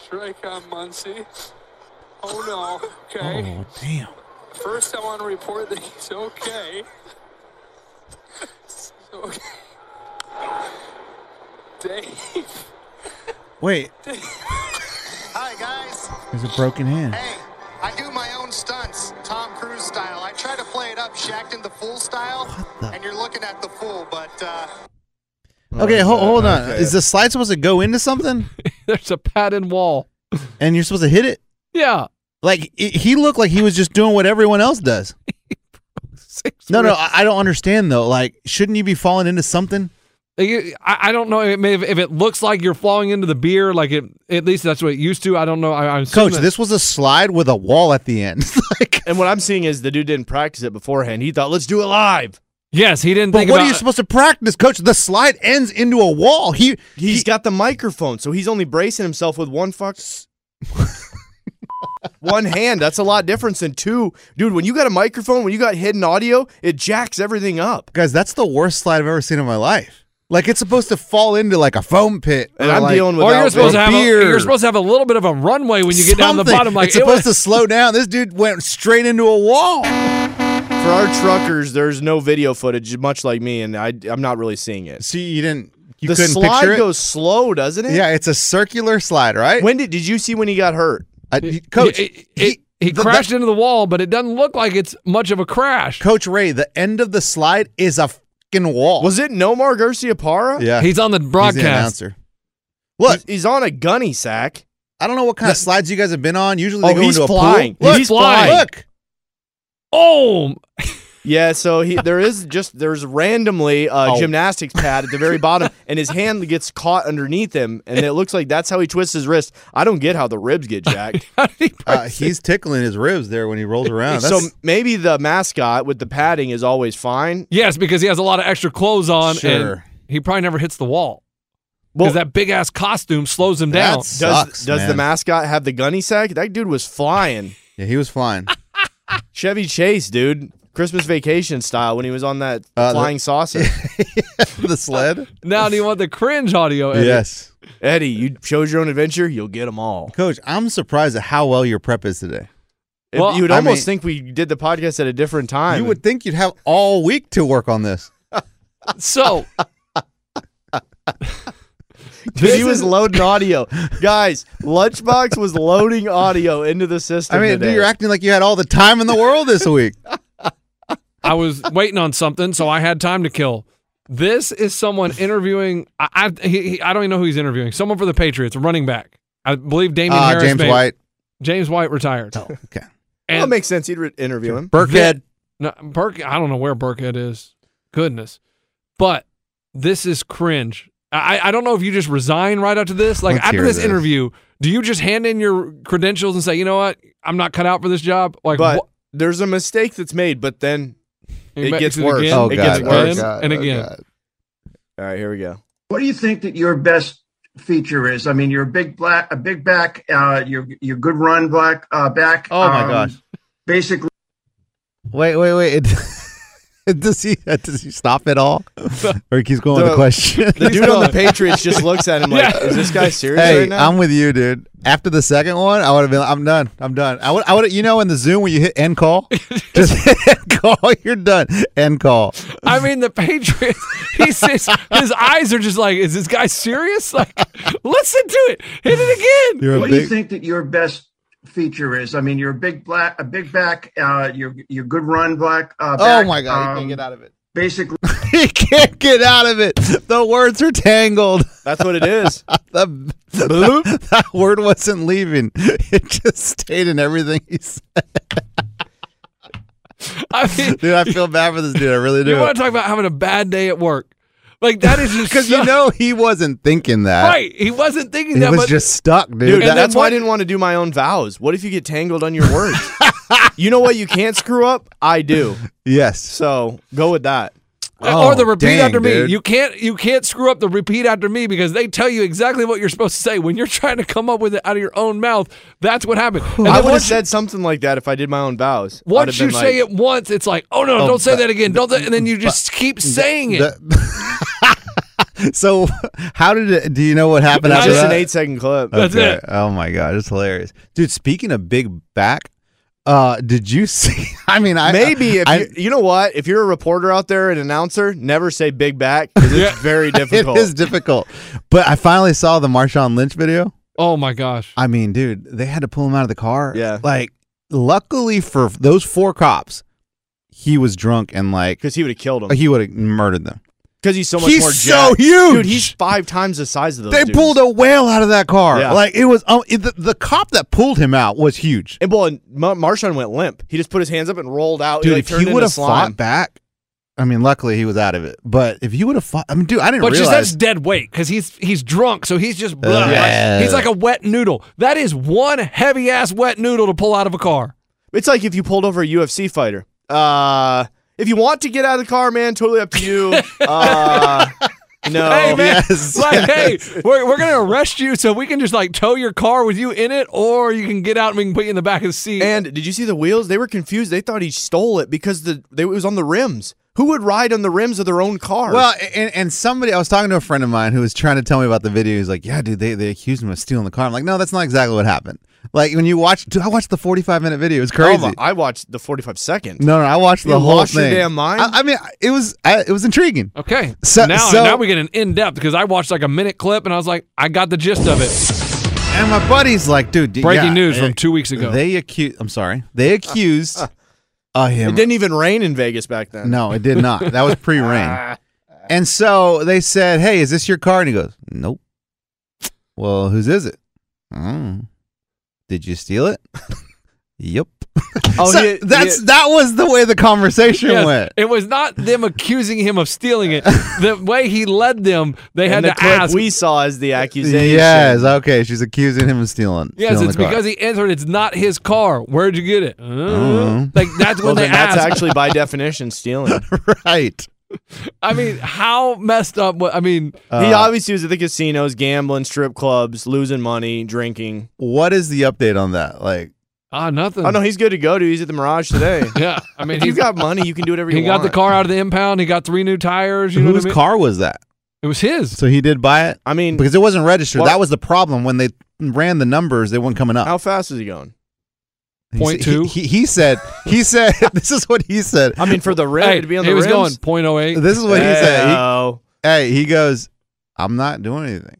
Speaker 12: Strike on Muncie. Oh no. Okay.
Speaker 9: Oh, damn.
Speaker 12: First, I want to report that he's okay. He's okay. Dave.
Speaker 9: Wait.
Speaker 12: Hi, guys.
Speaker 9: There's a broken hand.
Speaker 12: Hey, I do my own stunts, Tom Cruise style. I try to play it up, Shacked in the Fool style,
Speaker 9: the-
Speaker 12: and you're looking at the Fool, but uh,
Speaker 9: Okay, ho- hold on. Is the slide supposed to go into something
Speaker 8: There's a padded wall.
Speaker 9: and you're supposed to hit it?
Speaker 8: Yeah.
Speaker 9: Like i he looked like he was just doing what everyone
Speaker 8: *laughs*
Speaker 9: else does.
Speaker 8: Six
Speaker 9: No, no,
Speaker 8: ribs.
Speaker 9: I, I don't understand though. Like, shouldn't you be falling into something?
Speaker 8: Like, it- I, I don't know. It may have, if it looks like you're falling into the beer, like it, at least that's what it used to. I don't know. I, I'm assuming
Speaker 9: Coach,
Speaker 8: that-
Speaker 9: this was a slide with a wall at the end. *laughs*
Speaker 7: And what I'm seeing is the dude didn't practice it beforehand. He thought, let's do it live.
Speaker 8: Yes, he didn't
Speaker 9: but what are you supposed to practice, Coach? The slide ends into a wall. He
Speaker 7: He's got the microphone, so he's only bracing himself with one
Speaker 9: *laughs*
Speaker 7: fuck. one hand. That's a lot difference than two. Dude, when you got a microphone, when you got hidden audio, it jacks everything up.
Speaker 9: guys, that's the worst slide I've ever seen in my life. Like it's supposed to fall into like a foam pit.
Speaker 7: And
Speaker 9: or,
Speaker 7: I'm
Speaker 9: like,
Speaker 7: dealing with
Speaker 8: Or you're
Speaker 7: without
Speaker 8: supposed to have a,
Speaker 9: beer.
Speaker 8: you're supposed to have a little bit of a runway when you get down to the
Speaker 9: something.
Speaker 8: bottom. Like
Speaker 9: it's
Speaker 8: it
Speaker 9: supposed
Speaker 8: was-
Speaker 9: to slow down. This dude went straight into a wall.
Speaker 7: For our truckers, there's no video footage, much like me, and I, I'm not really seeing it.
Speaker 9: See, you didn't. You
Speaker 7: the
Speaker 9: couldn't
Speaker 7: slide
Speaker 9: picture it.
Speaker 7: goes slow, doesn't it?
Speaker 9: yeah, it's a circular slide, right?
Speaker 7: When did did you see when he got hurt?
Speaker 9: I- he- Coach,
Speaker 8: it- it- he,
Speaker 9: the-
Speaker 8: crashed into the wall, but it doesn't look like it's much of a crash.
Speaker 9: Coach Ray, the end of the slide is a fucking wall.
Speaker 7: Was it Nomar Garcia Parra?
Speaker 9: Oh. yeah,
Speaker 8: He's on the
Speaker 9: He's the
Speaker 8: broadcast.
Speaker 9: announcer. Look,
Speaker 7: He's on a gunny sack.
Speaker 9: I don't know what kind of slides you guys have been on. Usually they
Speaker 7: Oh,
Speaker 9: go
Speaker 7: he's
Speaker 9: into a
Speaker 7: flying.
Speaker 9: pool. Look,
Speaker 8: He's flying.
Speaker 9: Look,
Speaker 8: oh,
Speaker 7: Yeah, so he there is just there's randomly a
Speaker 9: Oh.
Speaker 7: gymnastics pad at the very bottom, and his hand gets caught underneath him, and it looks like that's how he twists his wrist. I don't get how the ribs get jacked.
Speaker 9: *laughs* uh, he's tickling his ribs there when he rolls around.
Speaker 7: so
Speaker 9: That's,
Speaker 7: maybe the mascot with the padding is always fine.
Speaker 8: yes, because he has a lot of extra clothes on, and
Speaker 9: Sure.
Speaker 8: he probably never hits the wall
Speaker 7: Well-
Speaker 8: because that big ass costume slows him down.
Speaker 9: That's-
Speaker 7: Does
Speaker 9: Sucks,
Speaker 7: does the
Speaker 9: man.
Speaker 7: mascot have the gunny sack? That dude was flying.
Speaker 9: yeah, he was flying. *laughs*
Speaker 7: Chevy Chase, dude. Christmas vacation style when he was on that
Speaker 9: Uh, the-
Speaker 7: flying
Speaker 9: *laughs*
Speaker 7: saucer.
Speaker 9: the sled.
Speaker 8: Now, do you want the cringe audio? Eddie?
Speaker 9: yes,
Speaker 7: Eddie, you chose your own adventure, you'll get them all.
Speaker 9: Coach, I'm surprised at how well your prep is today.
Speaker 7: If-
Speaker 8: Well,
Speaker 7: you would
Speaker 9: I
Speaker 7: almost
Speaker 9: mean-
Speaker 7: think we did the podcast at a different time. *laughs*
Speaker 9: You would think you'd have all week to work on this. *laughs*
Speaker 8: So
Speaker 7: Dude, he was loading
Speaker 9: *laughs*
Speaker 7: audio. Guys, Lunchbox was loading audio into the system.
Speaker 9: I mean, dude,
Speaker 7: today.
Speaker 9: you're acting like you had all the time in the world this week.
Speaker 8: I was waiting on something, so I had time to kill. This is someone interviewing. I I, he, he, I don't even know who he's interviewing. Someone for the Patriots, a running back. I believe Damian
Speaker 9: Ah,
Speaker 8: Harris.
Speaker 9: James
Speaker 8: may-
Speaker 9: White. Oh,
Speaker 8: James White retired.
Speaker 9: Okay.
Speaker 7: well, it
Speaker 8: And-
Speaker 7: makes sense. He'd re- interview him.
Speaker 9: Burkhead.
Speaker 8: No, Burke. I don't know where Burkhead is. Goodness, but this is cringe. I, I don't know if you just resign right after this. Like
Speaker 9: Let's
Speaker 8: after
Speaker 9: hear
Speaker 8: this,
Speaker 9: this.
Speaker 8: interview, do you just hand in your credentials and say, you know what, I'm not cut out for this job? Like,
Speaker 7: But
Speaker 8: wha-
Speaker 7: there's a mistake that's made, but then. it
Speaker 8: makes
Speaker 7: gets worse.
Speaker 8: Again,
Speaker 7: Oh,
Speaker 8: it
Speaker 7: God.
Speaker 8: gets
Speaker 7: Oh,
Speaker 8: worse
Speaker 9: God.
Speaker 8: and
Speaker 9: Oh,
Speaker 8: again.
Speaker 9: God.
Speaker 7: All right, here we go.
Speaker 10: What do you think that your best feature is? I mean, you're a big black, a big back. Uh, you're you're good run black uh, back.
Speaker 9: Oh, my gosh.
Speaker 10: Basically,
Speaker 9: Wait, wait, wait. It, *laughs* does he does he stop
Speaker 7: *laughs*
Speaker 9: at all, or he keeps going with
Speaker 7: The- *laughs*
Speaker 9: the *laughs* question?
Speaker 7: The dude on the Patriots just looks at him like, is this guy serious
Speaker 9: Hey,
Speaker 7: right now?
Speaker 9: I'm with you, dude. After the second one, I would have been. like, I'm done. I'm done. I would. I would. You know, in the Zoom when you hit end
Speaker 7: *laughs*
Speaker 9: call, just *laughs* hit end call. You're done. End call.
Speaker 8: I mean, the Patriots. *laughs* He says his eyes are just like, is this guy serious? Like, *laughs* listen to it. Hit it again.
Speaker 9: You're a
Speaker 10: what do you
Speaker 9: big.
Speaker 10: think that your best feature is? I mean, you're a big black, a big back. Uh, you're you're good run black. Uh,
Speaker 9: oh
Speaker 10: back.
Speaker 9: my god, he
Speaker 10: Um,
Speaker 9: can't get out of it.
Speaker 10: Basically,
Speaker 9: *laughs* He can't get out of it. The words are tangled. *laughs*
Speaker 7: That's what it is.
Speaker 9: The, that, that word wasn't leaving. *laughs* It just stayed in everything he said.
Speaker 8: I mean,
Speaker 9: Dude, I feel bad for this dude. I really do.
Speaker 8: you want to talk about having a bad day at work? Like that is
Speaker 9: *laughs*
Speaker 8: just
Speaker 9: Because you
Speaker 8: so-
Speaker 9: know he wasn't thinking that.
Speaker 8: right. He wasn't thinking
Speaker 9: He
Speaker 8: that,
Speaker 9: Uh, was
Speaker 8: but
Speaker 9: just stuck, dude.
Speaker 7: Dude,
Speaker 9: That-
Speaker 7: that's why I
Speaker 8: what-
Speaker 7: didn't want to do my own vows. What if you get tangled on your words? you know what you can't screw up? I do.
Speaker 9: yes.
Speaker 7: So go with that.
Speaker 8: or
Speaker 9: Oh,
Speaker 8: the repeat
Speaker 9: dang,
Speaker 8: after me.
Speaker 9: dude.
Speaker 8: You can't you can't screw up the repeat after me because they tell you exactly what you're supposed to say when you're trying to come up with it out of your own mouth. That's what happened. And then
Speaker 7: I would have
Speaker 8: once you-
Speaker 7: said something like that if I did my own vows. I'd
Speaker 8: Once
Speaker 7: have
Speaker 8: you
Speaker 7: been
Speaker 8: say
Speaker 7: like,
Speaker 8: it once, it's like, oh no,
Speaker 9: Oh,
Speaker 8: don't say
Speaker 9: but-
Speaker 8: that again. Don't, th- and then you just keep saying it.
Speaker 9: The- so *laughs* how did it do you know what happened
Speaker 8: It's
Speaker 9: after
Speaker 7: just an
Speaker 9: that?
Speaker 7: eight second clip.
Speaker 8: That's
Speaker 9: Okay.
Speaker 8: it.
Speaker 9: Oh my god, it's hilarious. Dude, speaking of big back, uh, did you *laughs* see I mean I
Speaker 7: Maybe if
Speaker 9: I-
Speaker 7: you, you know what, if you're a reporter out there, an announcer, never say big back because it's *laughs* very
Speaker 9: it
Speaker 7: difficult.
Speaker 9: is difficult. But I finally saw the Marshawn Lynch video.
Speaker 8: Oh my gosh.
Speaker 9: I mean, dude, they had to pull him out of the car.
Speaker 7: Yeah.
Speaker 9: Like, luckily for those four cops, he was drunk and like
Speaker 7: because he would have killed him.
Speaker 9: he would have murdered them.
Speaker 7: Because he's so much
Speaker 9: He's
Speaker 7: more.
Speaker 9: so
Speaker 7: jacked.
Speaker 9: huge!
Speaker 7: dude. He's five times the size of those.
Speaker 9: They
Speaker 7: dudes.
Speaker 9: pulled a whale out of that car.
Speaker 7: Yeah.
Speaker 9: Like it was um, it- the, the cop that pulled him out was huge.
Speaker 7: And well, and Ma- Marshawn went limp. He just put his hands up and rolled out.
Speaker 9: Dude,
Speaker 7: like,
Speaker 9: if
Speaker 7: turned
Speaker 9: he
Speaker 7: into
Speaker 9: would have
Speaker 7: slime.
Speaker 9: fought back, I mean, luckily he was out of it. But if you would have fought, I mean, dude, I didn't
Speaker 8: But just that's
Speaker 9: realize.
Speaker 8: dead weight because he's he's drunk, so he's just blah,
Speaker 9: Ugh. Yeah.
Speaker 8: he's like a wet noodle. That is one heavy ass wet noodle to pull out of a car.
Speaker 7: It's like if you pulled over a UFC fighter. Uh, if you want to get out of the car, man, totally up to
Speaker 9: *laughs*
Speaker 7: you. Uh, no.
Speaker 8: Hey man, *laughs* like hey, we're, we're gonna arrest you so we can just like tow your car with you in it, or you can get out and we can put you in the back of the seat.
Speaker 7: And did you see the wheels? They were confused. They thought he stole it because the they, it was on the rims. Who would ride on the rims of their own car?
Speaker 9: *laughs* Well, and, and somebody, I was talking to a friend of mine who was trying to tell me about the video. He's like, "Yeah, dude, they, they accused him of stealing the car." I'm like, "No, that's not exactly what happened." Like when you watch, dude, I watched the 45 minute video. It's
Speaker 7: Oh
Speaker 9: crazy.
Speaker 7: my- I watched the 45 second.
Speaker 9: No, no, I watched
Speaker 7: You
Speaker 9: the whole
Speaker 7: lost your
Speaker 9: thing.
Speaker 7: damn mind?
Speaker 9: I, I mean, it was I, it was intriguing.
Speaker 8: Okay,
Speaker 9: So-
Speaker 8: now
Speaker 9: so-
Speaker 8: now we get an in depth because I watched like a minute clip and I was like, I got the gist of it.
Speaker 9: And my buddy's like, "Dude, d-
Speaker 8: Breaking
Speaker 9: yeah,
Speaker 8: news
Speaker 9: eh,
Speaker 8: from two weeks ago.
Speaker 9: They accused. I'm sorry. They accused uh, him.
Speaker 7: It didn't even rain in Vegas back then.
Speaker 9: No, it did not. That was pre-rain. and so they said, "Hey, is this your car?" And he goes, "Nope." Well, whose is it? Oh. Did you steal it? *laughs*
Speaker 8: *laughs*
Speaker 9: yep.
Speaker 7: Oh,
Speaker 9: So
Speaker 7: he-
Speaker 9: that's
Speaker 7: he-
Speaker 9: that was the way the conversation
Speaker 8: Yes,
Speaker 9: went.
Speaker 8: It was not them accusing him of stealing
Speaker 7: *laughs*
Speaker 8: it. The way he led them, they had
Speaker 7: and the
Speaker 8: to
Speaker 7: clip
Speaker 8: ask.
Speaker 7: we saw as the accusation.
Speaker 9: Yes. Okay. She's accusing him of stealing.
Speaker 8: Yes,
Speaker 9: stealing
Speaker 8: it's
Speaker 9: the car.
Speaker 8: because he answered. It's not his car. Where'd you get it? Uh, Like that's
Speaker 7: Mm-hmm. Well,
Speaker 8: when they
Speaker 7: then that's
Speaker 8: asked.
Speaker 7: actually by
Speaker 8: *laughs*
Speaker 7: definition stealing.
Speaker 9: *laughs* right.
Speaker 8: I mean, how messed up? wa- I mean,
Speaker 7: he
Speaker 9: Uh,
Speaker 7: obviously was at the casinos, gambling, strip clubs, losing money, drinking.
Speaker 9: What is the update on that? Like,
Speaker 8: ah, nothing.
Speaker 7: Oh no, he's good to go to. He's at the Mirage *laughs* today.
Speaker 8: yeah, I mean,
Speaker 7: if
Speaker 8: he
Speaker 7: you got money, you can do whatever
Speaker 8: he
Speaker 7: you
Speaker 8: got
Speaker 7: want.
Speaker 8: the car out of the impound. He got three new tires. You know
Speaker 9: whose
Speaker 8: what I mean?
Speaker 9: car was that?
Speaker 8: It was his.
Speaker 9: So he did buy it
Speaker 7: I mean,
Speaker 9: because it wasn't registered.
Speaker 7: Well-
Speaker 9: that was the problem when they ran the numbers; they weren't coming up.
Speaker 7: how fast is he going?
Speaker 9: He
Speaker 8: Point
Speaker 9: said-
Speaker 8: two.
Speaker 9: He, he, he said. He said. *laughs* this is what he said.
Speaker 7: I mean, for *laughs* the rim
Speaker 8: Hey,
Speaker 7: to be on
Speaker 8: he
Speaker 7: the
Speaker 8: was going
Speaker 7: rims?
Speaker 8: .08.
Speaker 9: This is what he said. He-
Speaker 7: Oh,
Speaker 9: hey, he goes. I'm not doing anything.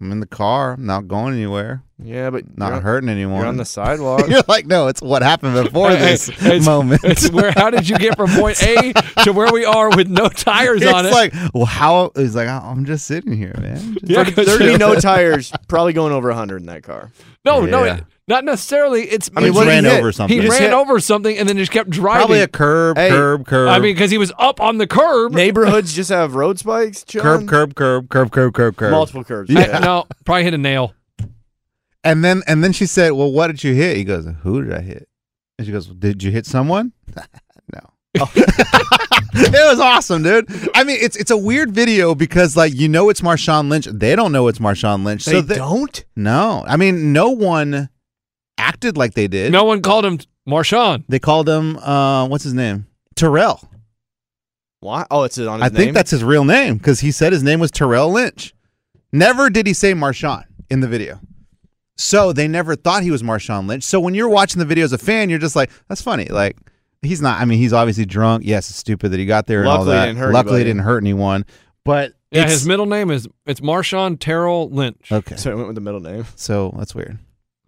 Speaker 9: I'm in the car. I'm not going anywhere. *laughs*
Speaker 7: yeah, but
Speaker 9: Not
Speaker 7: you're, on-
Speaker 9: hurting anyone.
Speaker 7: you're
Speaker 9: *laughs*
Speaker 7: on the sidewalk.
Speaker 9: You're like, no. It's what happened before
Speaker 8: Hey, hey,
Speaker 9: this
Speaker 8: it's- *laughs*
Speaker 9: moment. *laughs*
Speaker 8: It's where? How did you get from point A to where we are with no tires
Speaker 9: It's
Speaker 8: on it?
Speaker 9: like, well, how? He's like, "I- I'm just sitting here, *laughs* man. Just-
Speaker 8: Yeah, 'cause-
Speaker 7: There'd be
Speaker 9: *laughs*
Speaker 7: no tires. Probably going over 100 in that car.
Speaker 8: No, no,
Speaker 9: Yeah.
Speaker 8: it- not necessarily. It's
Speaker 9: I mean,
Speaker 8: it's-
Speaker 9: what
Speaker 8: he
Speaker 9: ran
Speaker 8: hit-
Speaker 9: over something.
Speaker 8: He
Speaker 9: Just
Speaker 8: ran
Speaker 7: hit-
Speaker 8: over something and then just kept driving.
Speaker 9: Probably a curb,
Speaker 7: Hey,
Speaker 9: curb, curb.
Speaker 8: I mean, because he was up on the curb.
Speaker 7: Neighborhoods just have road spikes. John?
Speaker 9: curb, curb, curb, curb, curb, curb, curb.
Speaker 7: multiple curbs.
Speaker 8: I-
Speaker 7: Yeah.
Speaker 8: no, probably hit a nail.
Speaker 9: And then and then she said, "Well, what did you hit?" He goes, "Who did I hit?" And she goes, well, "Did you hit someone?" *laughs* no. *laughs* it was awesome, dude. I mean, it's it's a weird video because like you know it's Marshawn Lynch. They don't know it's Marshawn Lynch.
Speaker 7: They
Speaker 9: so they-
Speaker 7: don't.
Speaker 9: No, I mean, no one acted like they did.
Speaker 8: No one called him Marshawn.
Speaker 9: they called him uh, what's his name, Terrell.
Speaker 7: Why? Oh, it's on his
Speaker 9: I
Speaker 7: name.
Speaker 9: think that's his real name because he said his name was Terrell Lynch. Never did he say Marshawn in the video. So they never thought he was Marshawn Lynch. So when you're watching the video as a fan, you're just like, that's funny. Like, he's not, I mean, he's obviously drunk. Yes, it's stupid that he got there and all
Speaker 7: Luckily it
Speaker 9: that.
Speaker 7: didn't hurt
Speaker 9: Luckily, it
Speaker 7: anybody.
Speaker 9: didn't hurt anyone. But
Speaker 8: Yeah,
Speaker 9: it's-
Speaker 8: his middle name is it's Marshawn Terrell Lynch.
Speaker 9: Okay.
Speaker 7: So I went with the middle name.
Speaker 9: So that's weird.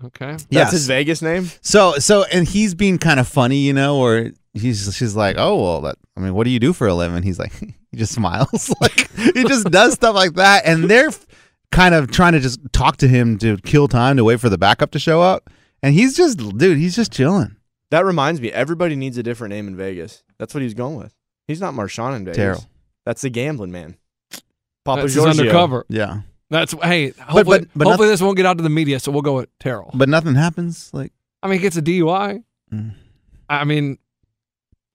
Speaker 8: Okay.
Speaker 9: Yes.
Speaker 7: That's his Vegas name.
Speaker 9: So, so, and he's being kind of funny, you know, or he's, she's like, oh, well, that, I mean, what do you do for a living? He's like, *laughs* he just smiles. *laughs* like, he just does stuff like that. And they're f- kind of trying to just talk to him to kill time to wait for the backup to show up. And he's just, dude, he's just chilling.
Speaker 7: That reminds me. Everybody needs a different name in Vegas. That's what he's going with. He's not Marshawn in Vegas.
Speaker 9: Terrell.
Speaker 7: That's the gambling man. Papa
Speaker 8: That's his
Speaker 7: Giorgio.
Speaker 8: undercover.
Speaker 9: Yeah.
Speaker 8: That's hey. Hopefully,
Speaker 9: but- but
Speaker 8: hopefully this won't get out to the media, so we'll go with Terrell.
Speaker 9: But nothing happens. Like,
Speaker 8: I mean, he gets a DUI.
Speaker 9: Mm.
Speaker 8: I mean,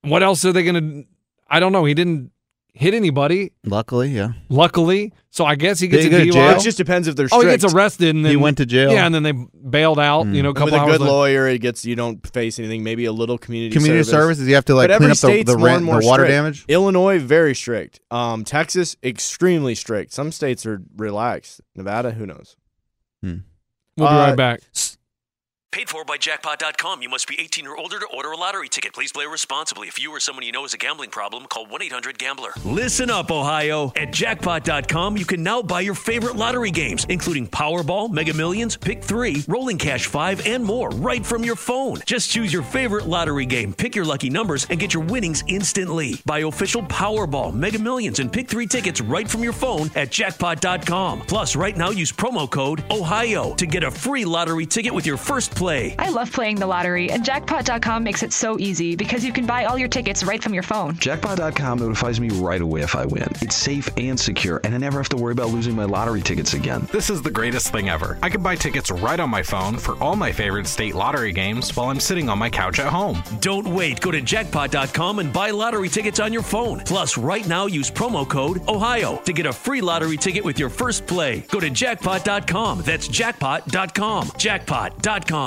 Speaker 8: what else are they gonna? I don't know. He didn't hit anybody,
Speaker 9: luckily, yeah.
Speaker 8: luckily. So I guess he
Speaker 9: Did
Speaker 8: gets
Speaker 9: he
Speaker 8: a
Speaker 9: go to
Speaker 8: DUI.
Speaker 9: jail?
Speaker 7: It just depends if they're
Speaker 8: Oh,
Speaker 7: strict.
Speaker 8: he gets arrested and then
Speaker 9: He went to jail. Mm.
Speaker 8: Yeah, and then they bailed out. You know, a
Speaker 7: And
Speaker 8: couple
Speaker 7: with a
Speaker 8: hours
Speaker 7: good
Speaker 8: later.
Speaker 7: lawyer, it gets you don't face anything. Maybe a little community
Speaker 9: Community
Speaker 7: service.
Speaker 9: services, you have to like
Speaker 7: but every
Speaker 9: clean up the,
Speaker 7: state's
Speaker 9: the,
Speaker 7: more
Speaker 9: rent,
Speaker 7: and more
Speaker 9: the water
Speaker 7: strict.
Speaker 9: damage.
Speaker 7: Illinois very strict. Um, Texas extremely strict. Some states are relaxed. Nevada, who knows? *laughs*
Speaker 8: We'll be
Speaker 7: Uh,
Speaker 8: right back.
Speaker 5: Paid for by jackpot.com. You must be 18 or older to order a lottery ticket. Please play responsibly. If you or someone you know has a gambling problem, call 1 800 Gambler. Listen up, Ohio. At jackpot.com, you can now buy your favorite lottery games, including Powerball, Mega Millions, Pick 3, Rolling Cash 5, and more, right from your phone. Just choose your favorite lottery game, pick your lucky numbers, and get your winnings instantly. Buy official Powerball, Mega Millions, and Pick 3 tickets right from your phone at jackpot.com. Plus, right now, use promo code OHIO to get a free lottery ticket with your first play play.
Speaker 13: I love playing the lottery, and jackpot.com makes it so easy because you can buy all your tickets right from your phone.
Speaker 14: Jackpot.com notifies me right away if I win. It's safe and secure, and I never have to worry about losing my lottery tickets again.
Speaker 15: This is the greatest thing ever. I can buy tickets right on my phone for all my favorite state lottery games while I'm sitting on my couch at home.
Speaker 5: Don't wait. Go to jackpot.com and buy lottery tickets on your phone. Plus, right now, use promo code OHIO to get a free lottery ticket with your first play. Go to jackpot.com. That's jackpot.com. Jackpot.com.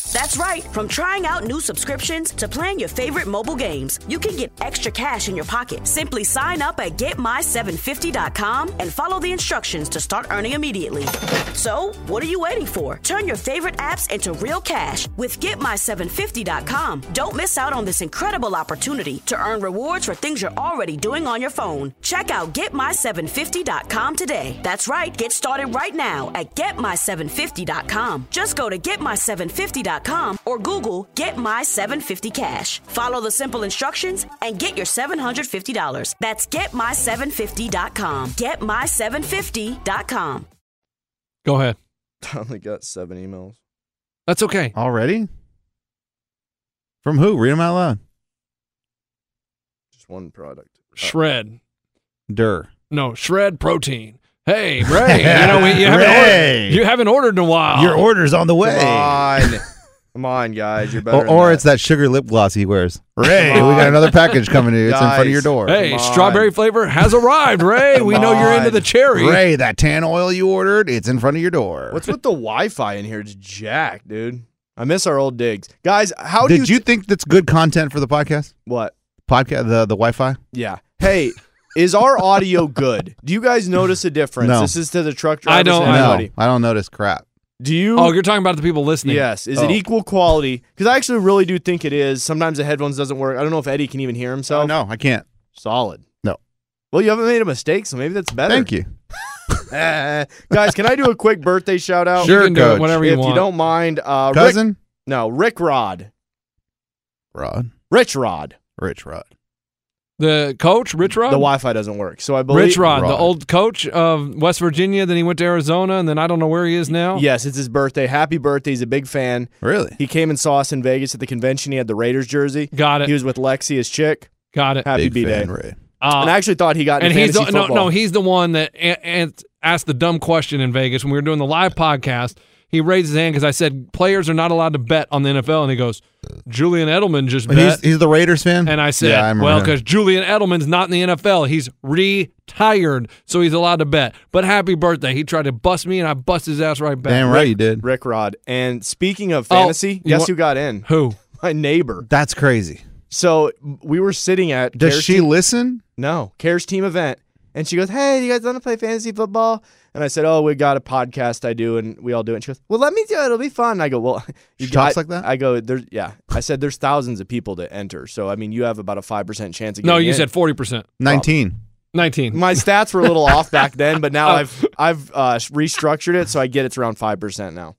Speaker 16: That's right. From trying out new subscriptions to playing your favorite mobile games, you can get extra cash in your pocket. Simply sign up at getmy750.com and follow the instructions to start earning immediately. So, what are you waiting for? Turn your favorite apps into real cash with getmy750.com. Don't miss out on this incredible opportunity to earn rewards for things you're already doing on your phone. Check out getmy750.com today. That's right. Get started right now at getmy750.com. Just go to getmy750.com or Google Get My 750 Cash. Follow the simple instructions and get your $750. That's getmy750.com. Getmy750.com.
Speaker 8: Go ahead.
Speaker 7: I only got seven emails.
Speaker 8: That's
Speaker 9: Uh,
Speaker 8: okay.
Speaker 9: Already? From who? Read them out loud.
Speaker 7: Just one product. Uh,
Speaker 8: Shred.
Speaker 9: Dur.
Speaker 8: No, shred protein. Hey, Ray. you know, we, you, haven't
Speaker 9: Ray.
Speaker 8: Ordered, you haven't ordered in a while.
Speaker 9: Your order's on the way.
Speaker 7: Come
Speaker 9: *laughs*
Speaker 7: on. Come on, guys. You're better.
Speaker 9: Or,
Speaker 7: than
Speaker 9: or it's that sugar lip gloss he wears. Ray,
Speaker 7: Come
Speaker 9: we got
Speaker 7: on.
Speaker 9: another package coming to you. It's in front of your
Speaker 7: Guys.
Speaker 9: door.
Speaker 8: Hey, strawberry flavor has arrived, Ray. we
Speaker 9: Come
Speaker 8: know you're into
Speaker 9: on.
Speaker 8: the cherry.
Speaker 9: Ray, that tan oil you ordered, it's in front of your door.
Speaker 7: What's with the Wi-Fi in here? It's jacked, dude. I miss our old digs, guys. How do
Speaker 9: Did you, think that's good content for the podcast?
Speaker 7: What?
Speaker 9: Podcast the the Wi-Fi?
Speaker 7: Yeah. Hey, is our audio good? Do you guys notice a difference?
Speaker 9: No.
Speaker 7: This is to the truck driver.
Speaker 8: I don't- I
Speaker 9: No,
Speaker 8: Buddy.
Speaker 9: I don't notice crap.
Speaker 7: Do you?
Speaker 8: Oh, you're talking about the people listening.
Speaker 7: Yes. Is
Speaker 8: Oh.
Speaker 7: it equal quality? Because I actually really do think it is. Sometimes the headphones doesn't work. I don't know if Eddie can even hear himself.
Speaker 9: Oh, no, I can't.
Speaker 7: Solid.
Speaker 9: No.
Speaker 7: Well, you haven't made a mistake, so maybe that's better.
Speaker 9: Thank you.
Speaker 7: Eh. *laughs* guys, can I do a quick birthday shout out?
Speaker 9: Sure, You can do it Coach.
Speaker 8: whenever you
Speaker 7: if
Speaker 8: want.
Speaker 7: you don't mind, uh, Rick-
Speaker 9: Cousin?
Speaker 7: no, Rick Rod,
Speaker 9: Rod.
Speaker 7: Rich Rod.
Speaker 9: Rich Rod.
Speaker 8: The coach, Rich Rod?
Speaker 7: The Wi-Fi doesn't work, so I believe
Speaker 8: Rich Rod, the old coach of West Virginia. Then he went to Arizona, and then I don't know where he is now.
Speaker 7: Yes, it's his birthday. Happy birthday! He's a big fan.
Speaker 9: Really?
Speaker 7: He came and saw us in Vegas at the convention. He had the Raiders jersey.
Speaker 8: Got it.
Speaker 7: He was with Lexi, his chick.
Speaker 8: Got it.
Speaker 7: Happy
Speaker 9: Big
Speaker 7: B day.
Speaker 9: fan, Ray.
Speaker 8: Uh,
Speaker 7: and I actually thought he got
Speaker 8: and
Speaker 7: into
Speaker 8: he's the,
Speaker 7: fantasy
Speaker 8: no,
Speaker 7: football.
Speaker 8: no, he's the one that a- and asked the dumb question in Vegas when we were doing the live podcast. He raised his hand because I said players are not allowed to bet on the NFL, and he goes, "Julian Edelman just bet."
Speaker 9: He's, he's the Raiders fan?
Speaker 8: and I said,
Speaker 9: Yeah, I remember
Speaker 8: "Well,
Speaker 9: him.
Speaker 8: because Julian Edelman's not in the NFL, he's retired, so he's allowed to bet." But happy birthday! He tried to bust me, and I bust his ass right back.
Speaker 9: Damn right you did.
Speaker 7: Rick Rod. And speaking of
Speaker 8: Oh,
Speaker 7: fantasy,
Speaker 8: you
Speaker 7: guess
Speaker 8: want-
Speaker 7: who got in?
Speaker 8: Who?
Speaker 7: My neighbor.
Speaker 9: That's crazy.
Speaker 7: So we were sitting at
Speaker 9: Does
Speaker 7: Care's
Speaker 9: she
Speaker 7: team,
Speaker 9: listen?
Speaker 7: no Care's team event, and she goes, "Hey, you guys want to play fantasy football?" And I said, "Oh, we got a podcast I do, and we all do it." And she goes, "Well, let me do it. It'll be fun." And I go, "Well, *laughs* you
Speaker 9: She talks
Speaker 7: I-
Speaker 9: like that?
Speaker 7: I go, "There's yeah." I said, "There's thousands of people to enter, so I mean, you have about a five percent chance of
Speaker 8: No,
Speaker 7: getting
Speaker 8: you
Speaker 7: in."
Speaker 8: said forty percent,
Speaker 9: 19.
Speaker 8: nineteen.
Speaker 7: *laughs* My stats were a little
Speaker 8: *laughs*
Speaker 7: off back then, but now
Speaker 8: Oh.
Speaker 7: I've I've uh, restructured it, so I get it's around five percent
Speaker 9: *laughs*
Speaker 7: now.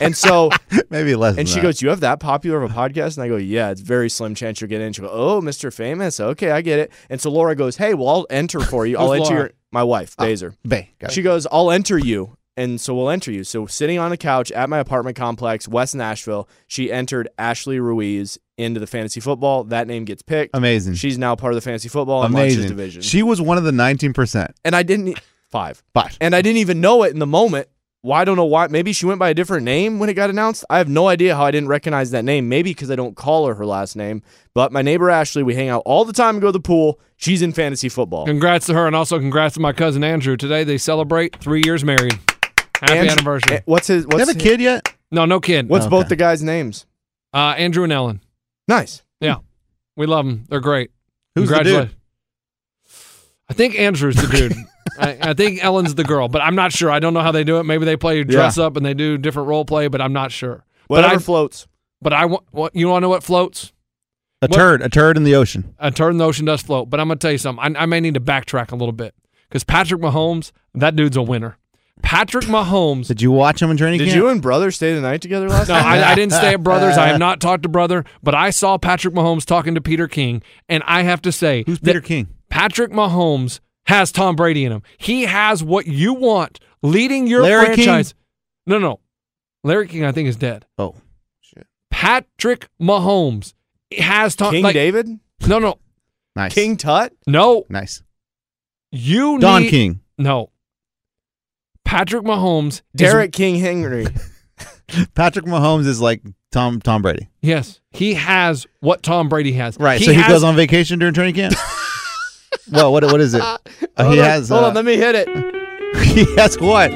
Speaker 7: And so
Speaker 9: *laughs* Maybe less than
Speaker 7: and she
Speaker 9: that.
Speaker 7: goes, "You have that popular of a podcast?" And I go, "Yeah, it's very slim chance you'll get in." She goes, "Oh, Mr. Famous, okay, I get it." And so Laura goes, "Hey, well, I'll enter for
Speaker 9: *laughs*
Speaker 7: you. I'll
Speaker 8: Who's
Speaker 7: enter
Speaker 8: Laura?
Speaker 7: your my wife, Baser."
Speaker 9: Bay. Ah, Got
Speaker 7: she goes, "I'll enter you." And so we'll enter you. So sitting on a couch at my apartment complex, West Nashville, she entered Ashley Ruiz into the fantasy football. That name gets picked.
Speaker 9: Amazing.
Speaker 7: She's now part of the fantasy football and lunches
Speaker 9: Amazing.
Speaker 7: division.
Speaker 9: She was one of the 19%.
Speaker 7: and I didn't e, five.
Speaker 9: Five.
Speaker 7: And I didn't even know it in the moment. Well, I don't know why. Maybe she went by a different name when it got announced. I have no idea how I didn't recognize that name. Maybe because I don't call her her last name. But my neighbor Ashley, we hang out all the time and go to the pool. She's in fantasy football.
Speaker 8: Congrats to her, and also congrats to my cousin Andrew. Today they celebrate three years married. Happy
Speaker 7: Andrew-
Speaker 8: anniversary.
Speaker 7: eh, what's his? What's
Speaker 8: have a
Speaker 7: his-
Speaker 8: kid yet? No, no kid.
Speaker 7: What's
Speaker 8: Oh,
Speaker 7: both
Speaker 8: okay.
Speaker 7: the guys' names?
Speaker 8: Uh, Andrew and Ellen.
Speaker 7: Nice.
Speaker 8: Yeah, we love them. They're great.
Speaker 7: Who's the dude?
Speaker 8: Congratulations. I think Andrew's the
Speaker 7: *laughs*
Speaker 8: dude. I, I think Ellen's the girl, but I'm not sure. I don't know how they do it. Maybe they play dress up and they do different role play, but I'm not sure.
Speaker 7: Whatever
Speaker 8: but I,
Speaker 7: floats.
Speaker 8: But I want what you want to know what floats.
Speaker 9: A
Speaker 8: What-
Speaker 9: turd, a turd in the ocean.
Speaker 8: A turd in the ocean does float, but I'm gonna tell you something. I, I may need to backtrack a little bit because Patrick Mahomes, that dude's a winner. Patrick
Speaker 7: *laughs*
Speaker 8: Mahomes.
Speaker 9: Did you watch him in training
Speaker 7: Did
Speaker 9: camp?
Speaker 7: you and brother stay the night together last
Speaker 8: No,
Speaker 7: night?
Speaker 8: I, I didn't stay at Brothers. I have not talked to Brother, but I saw Patrick Mahomes talking to Peter King, and I have to say, who's
Speaker 9: Peter King?
Speaker 8: Patrick Mahomes has Tom Brady in him. He has what you want leading your
Speaker 9: Larry King?
Speaker 8: franchise. No, no, Larry King, I think is dead.
Speaker 9: Oh, shit.
Speaker 8: Patrick Mahomes has Tom
Speaker 7: King
Speaker 8: like-
Speaker 7: David?
Speaker 8: No, no,
Speaker 9: Nice.
Speaker 7: King Tut?
Speaker 8: no.
Speaker 9: Nice.
Speaker 8: You
Speaker 9: Don
Speaker 8: need-
Speaker 9: King.
Speaker 8: No. Patrick Mahomes.
Speaker 7: Derek
Speaker 8: Is,
Speaker 7: King Henry.
Speaker 9: Patrick Mahomes is like Tom Tom Brady.
Speaker 8: yes, he has what Tom Brady has.
Speaker 9: Right. so he
Speaker 8: has-
Speaker 9: goes on vacation during
Speaker 7: *laughs*
Speaker 9: training camp. well, what what is it? Uh, he
Speaker 7: hold on,
Speaker 9: has.
Speaker 7: hold
Speaker 9: uh,
Speaker 7: on, let me hit it.
Speaker 9: *laughs* he has what?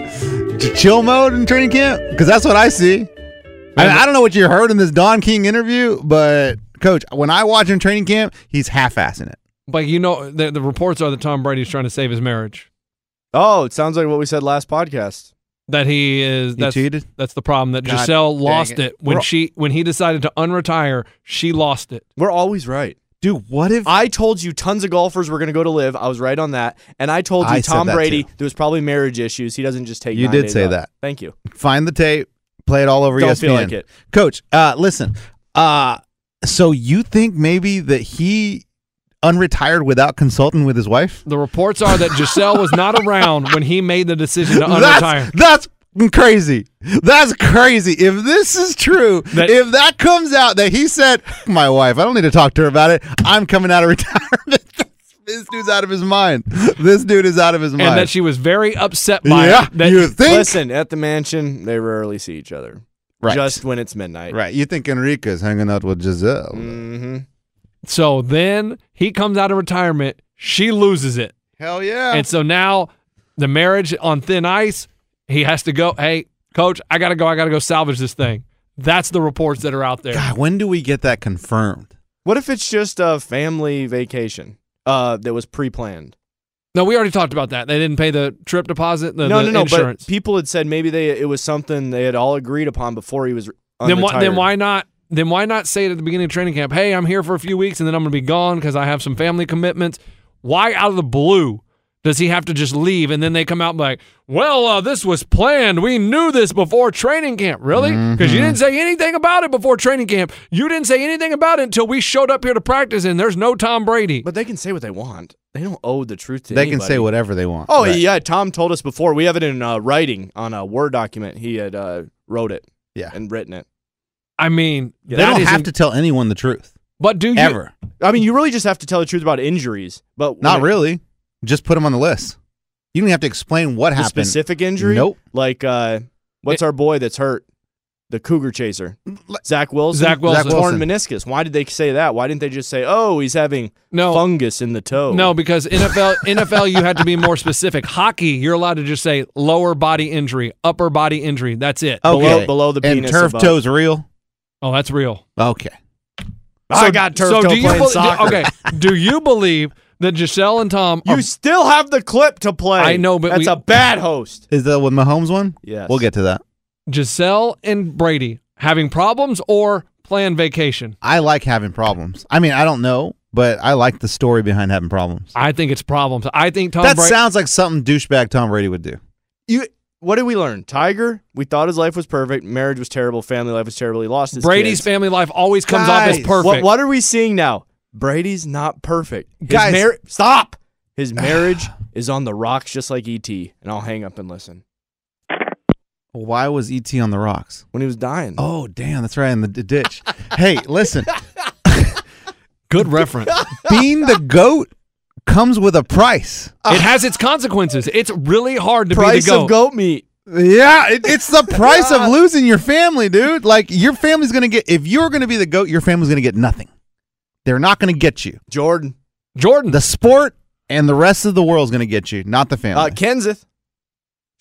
Speaker 9: Ch- Chill mode in training camp? Because that's what I see. I, mean, I don't know what you heard in this Don King interview, but coach, when I watch him training camp, he's half-assing it.
Speaker 8: But you know, the, the reports are that Tom Brady's trying to save his marriage.
Speaker 7: Oh, it sounds like what we said last podcast.
Speaker 8: That he is that's,
Speaker 9: cheated?
Speaker 8: That's the problem. That
Speaker 7: God
Speaker 8: Giselle
Speaker 7: dang
Speaker 8: lost
Speaker 7: it.
Speaker 8: it, when
Speaker 7: We're-
Speaker 8: she when he decided to unretire. She lost it.
Speaker 7: We're always right.
Speaker 9: Dude, what if
Speaker 7: I told you tons of golfers were going to go to live? I was right on that. And I told you
Speaker 9: I said
Speaker 7: Tom
Speaker 9: that
Speaker 7: Brady,
Speaker 9: too.
Speaker 7: there was probably marriage issues. He doesn't just take
Speaker 9: You
Speaker 7: nine
Speaker 9: did
Speaker 7: days
Speaker 9: say
Speaker 7: off.
Speaker 9: that.
Speaker 7: Thank you.
Speaker 9: Find the tape, play it all over E
Speaker 7: Don't
Speaker 9: ESPN.
Speaker 7: feel like it.
Speaker 9: Coach, uh, listen. Uh, so you think maybe that he unretired without consulting with his wife?
Speaker 8: The reports are that Giselle was not around when he made the decision to unretire.
Speaker 9: *laughs* That's, that's f***ing crazy. That's crazy. If this is true, if that comes out that he said, "My wife, I don't need to talk to her about it. I'm coming out of *laughs* retirement." this dude's out of his mind. This dude is out of his mind.
Speaker 8: and that she was very upset by
Speaker 9: Yeah,
Speaker 8: it. That,
Speaker 9: you think?
Speaker 7: Listen, at the mansion, they rarely see each other.
Speaker 9: Right.
Speaker 7: Just when it's midnight.
Speaker 9: right? You think Enrique's hanging out with Giselle?
Speaker 7: Mm-hmm.
Speaker 8: So then he comes out of retirement. She loses it.
Speaker 9: Hell yeah!
Speaker 8: And so now the marriage on thin ice, he has to go, hey, coach, I got to go. I got to go salvage this thing. That's the reports that are out there.
Speaker 9: God, when do we get that confirmed?
Speaker 7: What if it's just a family vacation uh, that was pre planned?
Speaker 8: No, we already talked about that. They didn't pay the trip deposit, the,
Speaker 7: no,
Speaker 8: the
Speaker 7: no, no.
Speaker 8: insurance.
Speaker 7: But people had said maybe they it was something they had all agreed upon before he was.
Speaker 8: then, why, then
Speaker 7: unretired.
Speaker 8: why not? Then why not say it at the beginning of training camp? Hey, I'm here for a few weeks, and then I'm going to be gone because I have some family commitments. Why out of the blue does he have to just leave? And then they come out and be like, "Well, uh, this was planned. We knew this before training camp. Really? Because you didn't say anything about it before training camp. You didn't say anything about it until we showed up here to practice, and there's no Tom Brady.
Speaker 7: But they can say what they want. They don't owe the truth to.
Speaker 9: They can say
Speaker 7: anybody.
Speaker 9: whatever they want.
Speaker 7: Oh
Speaker 9: Right.
Speaker 7: yeah, Tom told us before. We have it in uh, writing on a Word document. He had uh, wrote it.
Speaker 9: Yeah.
Speaker 7: and written it.
Speaker 8: I mean,
Speaker 9: They
Speaker 8: that
Speaker 9: don't
Speaker 8: is
Speaker 9: have
Speaker 8: in-
Speaker 9: to tell anyone the truth
Speaker 8: But do you
Speaker 9: ever.
Speaker 7: I mean, you really just have to tell the truth about injuries, but when
Speaker 9: Not
Speaker 7: it-
Speaker 9: really. Just put them on the list. You don't even have to explain what
Speaker 7: the
Speaker 9: happened.
Speaker 7: specific injury.
Speaker 9: Nope.
Speaker 7: Like uh, what's our boy that's hurt? The Cougar Chaser, Zach Wilson.
Speaker 8: Zach Wilson. Zach
Speaker 7: torn
Speaker 8: Wilson.
Speaker 7: meniscus. Why did they say that? Why didn't they just say, "Oh, he's having
Speaker 8: No.
Speaker 7: fungus in the toe"?
Speaker 8: No, because *laughs* NFL NFL you had to be more specific. Hockey, you're allowed to just say lower body injury, upper body injury. That's it.
Speaker 9: Okay.
Speaker 7: below- below the
Speaker 9: and
Speaker 7: penis
Speaker 9: turf
Speaker 7: above.
Speaker 9: toe's real.
Speaker 8: Oh, that's real.
Speaker 9: Okay.
Speaker 7: I got turf toe
Speaker 8: do you
Speaker 7: playing
Speaker 8: bel- do-
Speaker 7: soccer.
Speaker 8: okay, do you believe that Giselle and Tom are
Speaker 7: You still have the clip to play.
Speaker 8: I know, but
Speaker 7: that's
Speaker 8: we-
Speaker 7: a bad host.
Speaker 9: Is that with Mahomes one?
Speaker 7: Yes.
Speaker 9: We'll get to that.
Speaker 8: Giselle and Brady having problems or planned vacation?
Speaker 9: I like having problems. I mean, I don't know, but I like the story behind having problems.
Speaker 8: I think it's problems. I think Tom
Speaker 9: that
Speaker 8: Brady
Speaker 9: sounds like something douchebag Tom Brady would do.
Speaker 7: You. What did we learn? Tiger. We thought his life was perfect. Marriage was terrible. Family life was terrible. He lost his
Speaker 8: Brady's
Speaker 7: kids.
Speaker 8: family life always comes off as
Speaker 9: Guys,
Speaker 8: perfect.
Speaker 7: What What are we seeing now? Brady's not perfect. His
Speaker 9: Guys-
Speaker 7: mar- stop.
Speaker 8: *sighs*
Speaker 7: His marriage is on the rocks, just like ET. And I'll hang up and listen.
Speaker 9: Why was ET on the rocks?
Speaker 7: When he was dying.
Speaker 9: Oh, damn, that's right in the d- ditch. hey,
Speaker 7: *laughs*
Speaker 9: listen,
Speaker 8: Good reference.
Speaker 9: being the goat comes with a price.
Speaker 8: it has its consequences. It's really hard to
Speaker 7: Price
Speaker 8: be the goat.
Speaker 7: of goat meat.
Speaker 9: Yeah, it, it's the price of losing your family, dude. Like your family's gonna get if you're gonna be the goat, your family's gonna get nothing. They're not gonna get you,
Speaker 7: Jordan.
Speaker 8: Jordan,
Speaker 9: the sport and the rest of the world's gonna get you, not the
Speaker 7: Uh,
Speaker 9: family.
Speaker 7: Kenseth.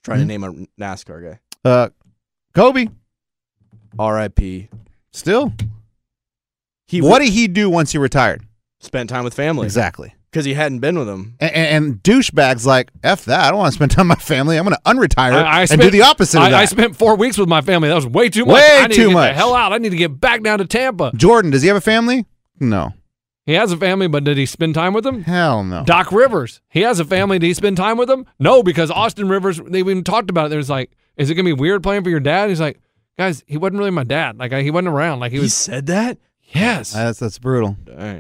Speaker 7: Trying
Speaker 9: Hmm?
Speaker 7: to name a NASCAR guy.
Speaker 9: Uh, Kobe,
Speaker 7: R.I.P.
Speaker 9: Still,
Speaker 7: He
Speaker 9: what
Speaker 7: w-
Speaker 9: did he do once he retired?
Speaker 7: Spent time with family.
Speaker 9: Exactly.
Speaker 7: Because he hadn't been with them.
Speaker 9: And, and, douchebags like f that. I don't want to spend time with my family. I'm gonna unretire
Speaker 8: I, I
Speaker 9: and do the opposite
Speaker 8: I,
Speaker 9: of that.
Speaker 8: I spent four weeks with my family. That was way too much.
Speaker 9: Way
Speaker 8: I need
Speaker 9: too
Speaker 8: to get The
Speaker 9: much.
Speaker 8: hell out! I need to get back down to Tampa.
Speaker 9: Jordan, does he have a family? No.
Speaker 8: He has a family, but did he spend time with them?
Speaker 9: Hell no.
Speaker 8: Doc Rivers, he has a family. Did he spend time with them? No, because Austin Rivers, they even talked about it. There's like, is it gonna be weird playing for your dad? He's like, guys, he wasn't really my dad. Like I, he wasn't around. Like he was.
Speaker 7: said that.
Speaker 8: Yes.
Speaker 9: That's that's brutal.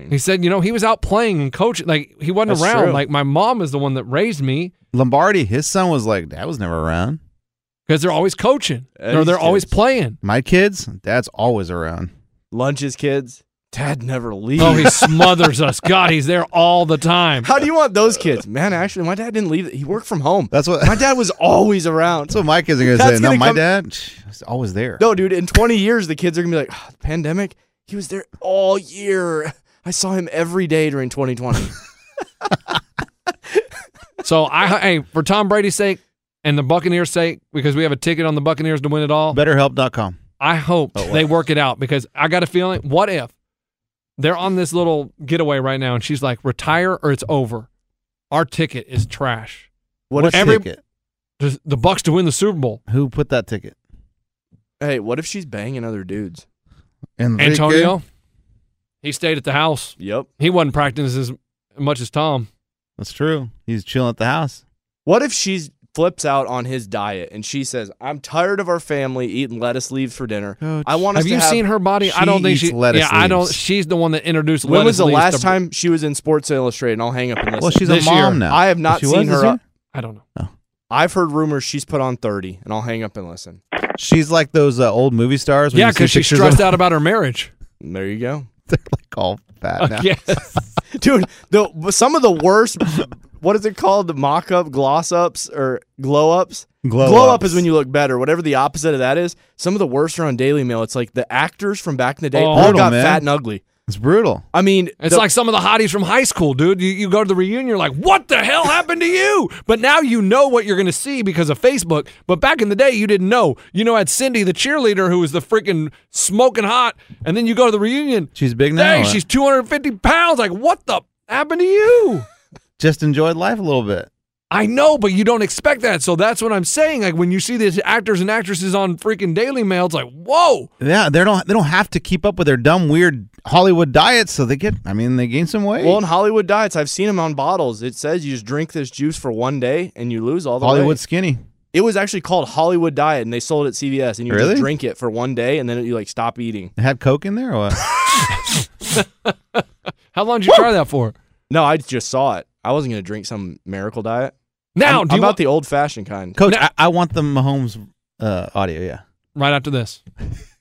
Speaker 8: He said, you know, he was out playing and coaching. Like he wasn't
Speaker 9: That's
Speaker 8: around.
Speaker 9: true.
Speaker 8: Like my mom is the one that raised me
Speaker 9: Lombardi, his son was like, Dad was never around.
Speaker 8: because they're always coaching or
Speaker 7: These
Speaker 8: they're always
Speaker 7: kids.
Speaker 8: playing.
Speaker 9: My kids, Dad's always around.
Speaker 7: Lunches, kids. Dad never leaves.
Speaker 9: *laughs*
Speaker 8: Oh, he smothers us. God, he's there all the time.
Speaker 7: *laughs* How do you want those kids? Man, actually, my dad didn't leave. He worked from home.
Speaker 9: That's what
Speaker 7: my dad was always around.
Speaker 9: That's what my kids are gonna
Speaker 7: That's
Speaker 9: say. No,
Speaker 7: gonna
Speaker 9: my
Speaker 7: come-
Speaker 9: dad was always there.
Speaker 7: No, dude, in 20 years, the kids are going to be like, "Ah, the pandemic, he was there all year. I saw him every day
Speaker 8: *laughs*
Speaker 7: during 2020.
Speaker 8: So I hey, for Tom Brady's sake and the Buccaneers' sake, because we have a ticket on the Buccaneers to win it all.
Speaker 9: BetterHelp.com.
Speaker 8: I hope they work it out because I got a feeling. What if they're on this little getaway right now and she's like, "Retire or it's over. Our ticket is trash."
Speaker 7: What
Speaker 9: What
Speaker 7: if
Speaker 8: Every-
Speaker 9: ticket?
Speaker 8: The the Bucks to win the Super Bowl.
Speaker 9: Who put that ticket?
Speaker 7: hey, what if she's banging other dudes?
Speaker 9: Enrique?
Speaker 8: Antonio, he stayed at the house.
Speaker 7: Yep.
Speaker 8: He wasn't practicing as much as Tom.
Speaker 9: That's true. He's chilling at the house.
Speaker 7: What if she flips out on his diet and she says, I'm tired of our family eating lettuce leaves for dinner. I want us
Speaker 8: Have
Speaker 7: to
Speaker 8: you
Speaker 7: have-
Speaker 8: seen her body? I
Speaker 9: She
Speaker 8: don't think
Speaker 9: eats
Speaker 8: she.
Speaker 9: lettuce
Speaker 8: yeah, I don't.
Speaker 9: leaves.
Speaker 8: She's the one that introduced.
Speaker 7: When was
Speaker 8: lettuce
Speaker 7: the
Speaker 8: leaves
Speaker 7: last
Speaker 8: to-
Speaker 7: time she was in Sports Illustrated? And I'll hang up and listen.
Speaker 9: Well, she's a
Speaker 8: This
Speaker 9: mom
Speaker 8: year.
Speaker 9: now.
Speaker 7: I have not
Speaker 9: She was
Speaker 7: seen
Speaker 9: this
Speaker 7: her.
Speaker 9: year?
Speaker 8: I don't know.
Speaker 7: I've heard rumors she's put on 30, and I'll hang up and listen.
Speaker 9: She's like those uh, old movie stars. when
Speaker 8: Yeah,
Speaker 9: you see
Speaker 8: because she's
Speaker 9: pictures
Speaker 8: stressed
Speaker 9: of-
Speaker 8: out about her marriage.
Speaker 7: There you go.
Speaker 9: *laughs* They're like all fat now.
Speaker 8: Yes.
Speaker 7: dude. The some of the worst. What is it called? The mock up, gloss ups, or glow ups?
Speaker 9: Glow
Speaker 7: up
Speaker 9: ups.
Speaker 7: is when you look better. Whatever the opposite of that is. Some of the worst are on Daily Mail. It's like the actors from back in the day
Speaker 8: Oh.
Speaker 7: all
Speaker 9: Brutal,
Speaker 7: got
Speaker 9: man.
Speaker 7: fat and ugly.
Speaker 9: It's brutal.
Speaker 7: I mean,
Speaker 8: It's
Speaker 7: the-
Speaker 8: like some of the hotties from high school, dude. You, you go to the reunion, you're like, what the hell happened to you? But now you know what you're going to see because of Facebook. But back in the day, you didn't know. You know, I had Cindy, the cheerleader, who was the freaking smoking hot. And then you go to the reunion.
Speaker 9: She's big now.
Speaker 8: Dang,
Speaker 9: huh?
Speaker 8: she's 250 pounds. Like, what the happened to you?
Speaker 9: just enjoyed life a little bit.
Speaker 8: I know, but you don't expect that. So that's what I'm saying. Like, when you see these actors and actresses on freaking Daily Mail, it's like, whoa.
Speaker 9: Yeah, they don't they don't have to keep up with their dumb weird Hollywood diets, so they get I mean they gain some weight.
Speaker 7: well, in Hollywood diets, I've seen them on bottles. It says you just drink this juice for one day and you lose all the
Speaker 9: Hollywood
Speaker 7: weight.
Speaker 9: skinny.
Speaker 7: It was actually called Hollywood diet, and they sold it at CVS, and you
Speaker 9: Really?
Speaker 7: just drink it for one day and then you like stop eating.
Speaker 9: They had Coke in there or what?
Speaker 8: *laughs* How long did you try that for?
Speaker 7: No, I just saw it. I wasn't gonna drink some miracle diet.
Speaker 8: Now,
Speaker 7: I'm,
Speaker 8: do
Speaker 7: I'm
Speaker 8: you
Speaker 7: about
Speaker 8: want-
Speaker 7: the old fashioned kind.
Speaker 9: Coach, I, I want the Mahomes uh, audio, yeah.
Speaker 8: right after this.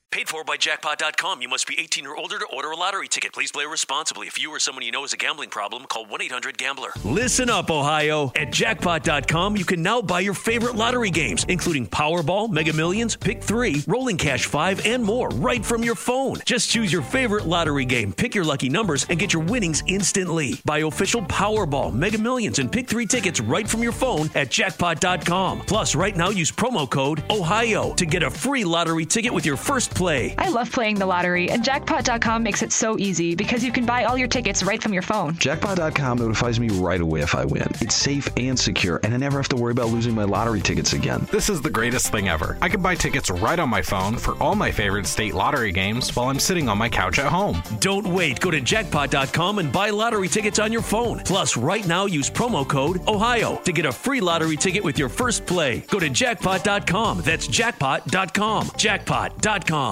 Speaker 5: Paid for by jackpot.com. You must be 18 or older to order a lottery ticket. Please play responsibly. If you or someone you know has a gambling problem, call 1 800 Gambler. Listen up, Ohio. At jackpot.com, you can now buy your favorite lottery games, including Powerball, Mega Millions, Pick 3, Rolling Cash 5, and more, right from your phone. Just choose your favorite lottery game, pick your lucky numbers, and get your winnings instantly. Buy official Powerball, Mega Millions, and Pick 3 tickets right from your phone at jackpot.com. Plus, right now, use promo code OHIO to get a free lottery ticket with your first play.
Speaker 13: I love playing the lottery, and jackpot.com makes it so easy because you can buy all your tickets right from your phone.
Speaker 14: Jackpot.com notifies me right away if I win. It's safe and secure, and I never have to worry about losing my lottery tickets again.
Speaker 15: This is the greatest thing ever. I can buy tickets right on my phone for all my favorite state lottery games while I'm sitting on my couch at home.
Speaker 5: Don't wait. Go to jackpot.com and buy lottery tickets on your phone. Plus, right now, use promo code OHIO to get a free lottery ticket with your first play. Go to jackpot.com. That's jackpot.com. Jackpot.com.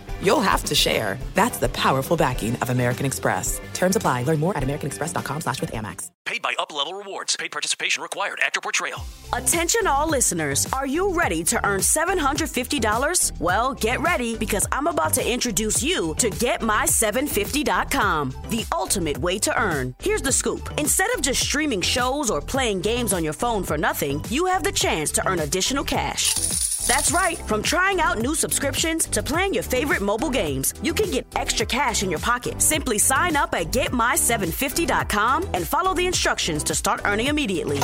Speaker 2: you'll have to share. That's the powerful backing of American Express. Terms apply. Learn more at americanexpress.com slash with Amex.
Speaker 5: Paid by Uplevel Rewards. Paid participation required. Actor portrayal.
Speaker 16: Attention, all listeners. Are you ready to earn $750? Well, get ready because I'm about to introduce you to GetMy750.com, the ultimate way to earn. Here's the scoop instead of just streaming shows or playing games on your phone for nothing, you have the chance to earn additional cash. That's right. From trying out new subscriptions to playing your favorite mobile games, you can get extra cash in your pocket. Simply sign up at getmy750.com and follow the instructions to start earning immediately.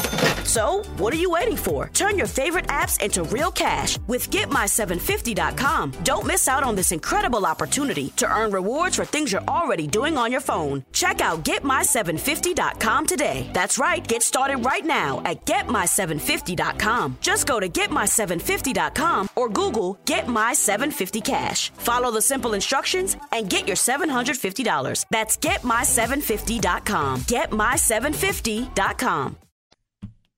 Speaker 16: So, what are you waiting for? Turn your favorite apps into real cash with getmy750.com. Don't miss out on this incredible opportunity to earn rewards for things you're already doing on your phone. Check out getmy750.com today. That's right. Get started right now at getmy750.com. Just go to getmy750.com or Google Get My 750 Cash. Follow the simple instructions and get your $750. That's getmy750.com. Getmy750.com.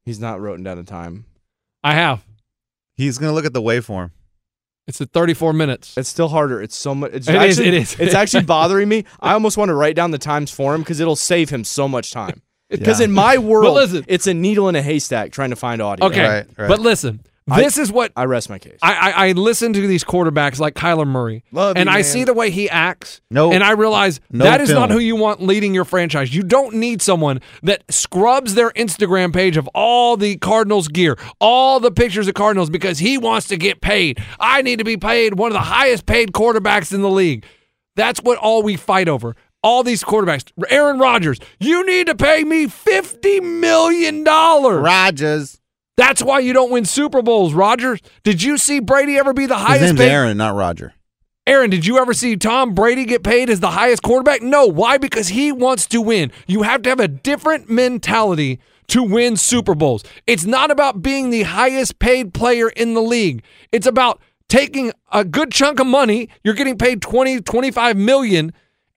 Speaker 7: He's not writing down a time.
Speaker 8: I have.
Speaker 9: He's gonna look at the waveform.
Speaker 8: It's at 34 minutes.
Speaker 7: It's still harder. It's so much. It's
Speaker 8: It is,
Speaker 7: actually,
Speaker 8: it is. *laughs*
Speaker 7: It's actually bothering me. I almost want to write down the times for him because it'll save him so much time.
Speaker 8: *laughs*
Speaker 7: Because
Speaker 8: Yeah.
Speaker 7: in my
Speaker 8: But
Speaker 7: world,
Speaker 8: listen.
Speaker 7: it's a needle in a haystack trying to find audio.
Speaker 8: Okay, but listen, this is what
Speaker 7: I rest my case.
Speaker 8: I, I I listen to these quarterbacks like Kyler Murray,
Speaker 7: Love
Speaker 8: and
Speaker 7: you,
Speaker 8: I
Speaker 7: man.
Speaker 8: see the way he acts.
Speaker 7: No.
Speaker 8: and I realize
Speaker 7: No
Speaker 8: that is not
Speaker 7: film.
Speaker 8: who you want leading your franchise. You don't need someone that scrubs their Instagram page of all the Cardinals gear, all the pictures of Cardinals because he wants to get paid. I need to be paid one of the highest paid quarterbacks in the league. That's what all we fight over. All these quarterbacks, Aaron Rodgers, you need to pay me fifty million dollars.
Speaker 9: Rodgers.
Speaker 8: That's why you don't win Super Bowls, Rodgers. Did you see Brady ever be the
Speaker 9: His
Speaker 8: highest
Speaker 9: name's
Speaker 8: paid?
Speaker 9: Aaron, not Roger.
Speaker 8: Aaron, did you ever see Tom Brady get paid as the highest quarterback? No. Why? Because he wants to win. You have to have a different mentality to win Super Bowls. It's not about being the highest paid player in the league. It's about taking a good chunk of money, you're getting paid 20, 25 million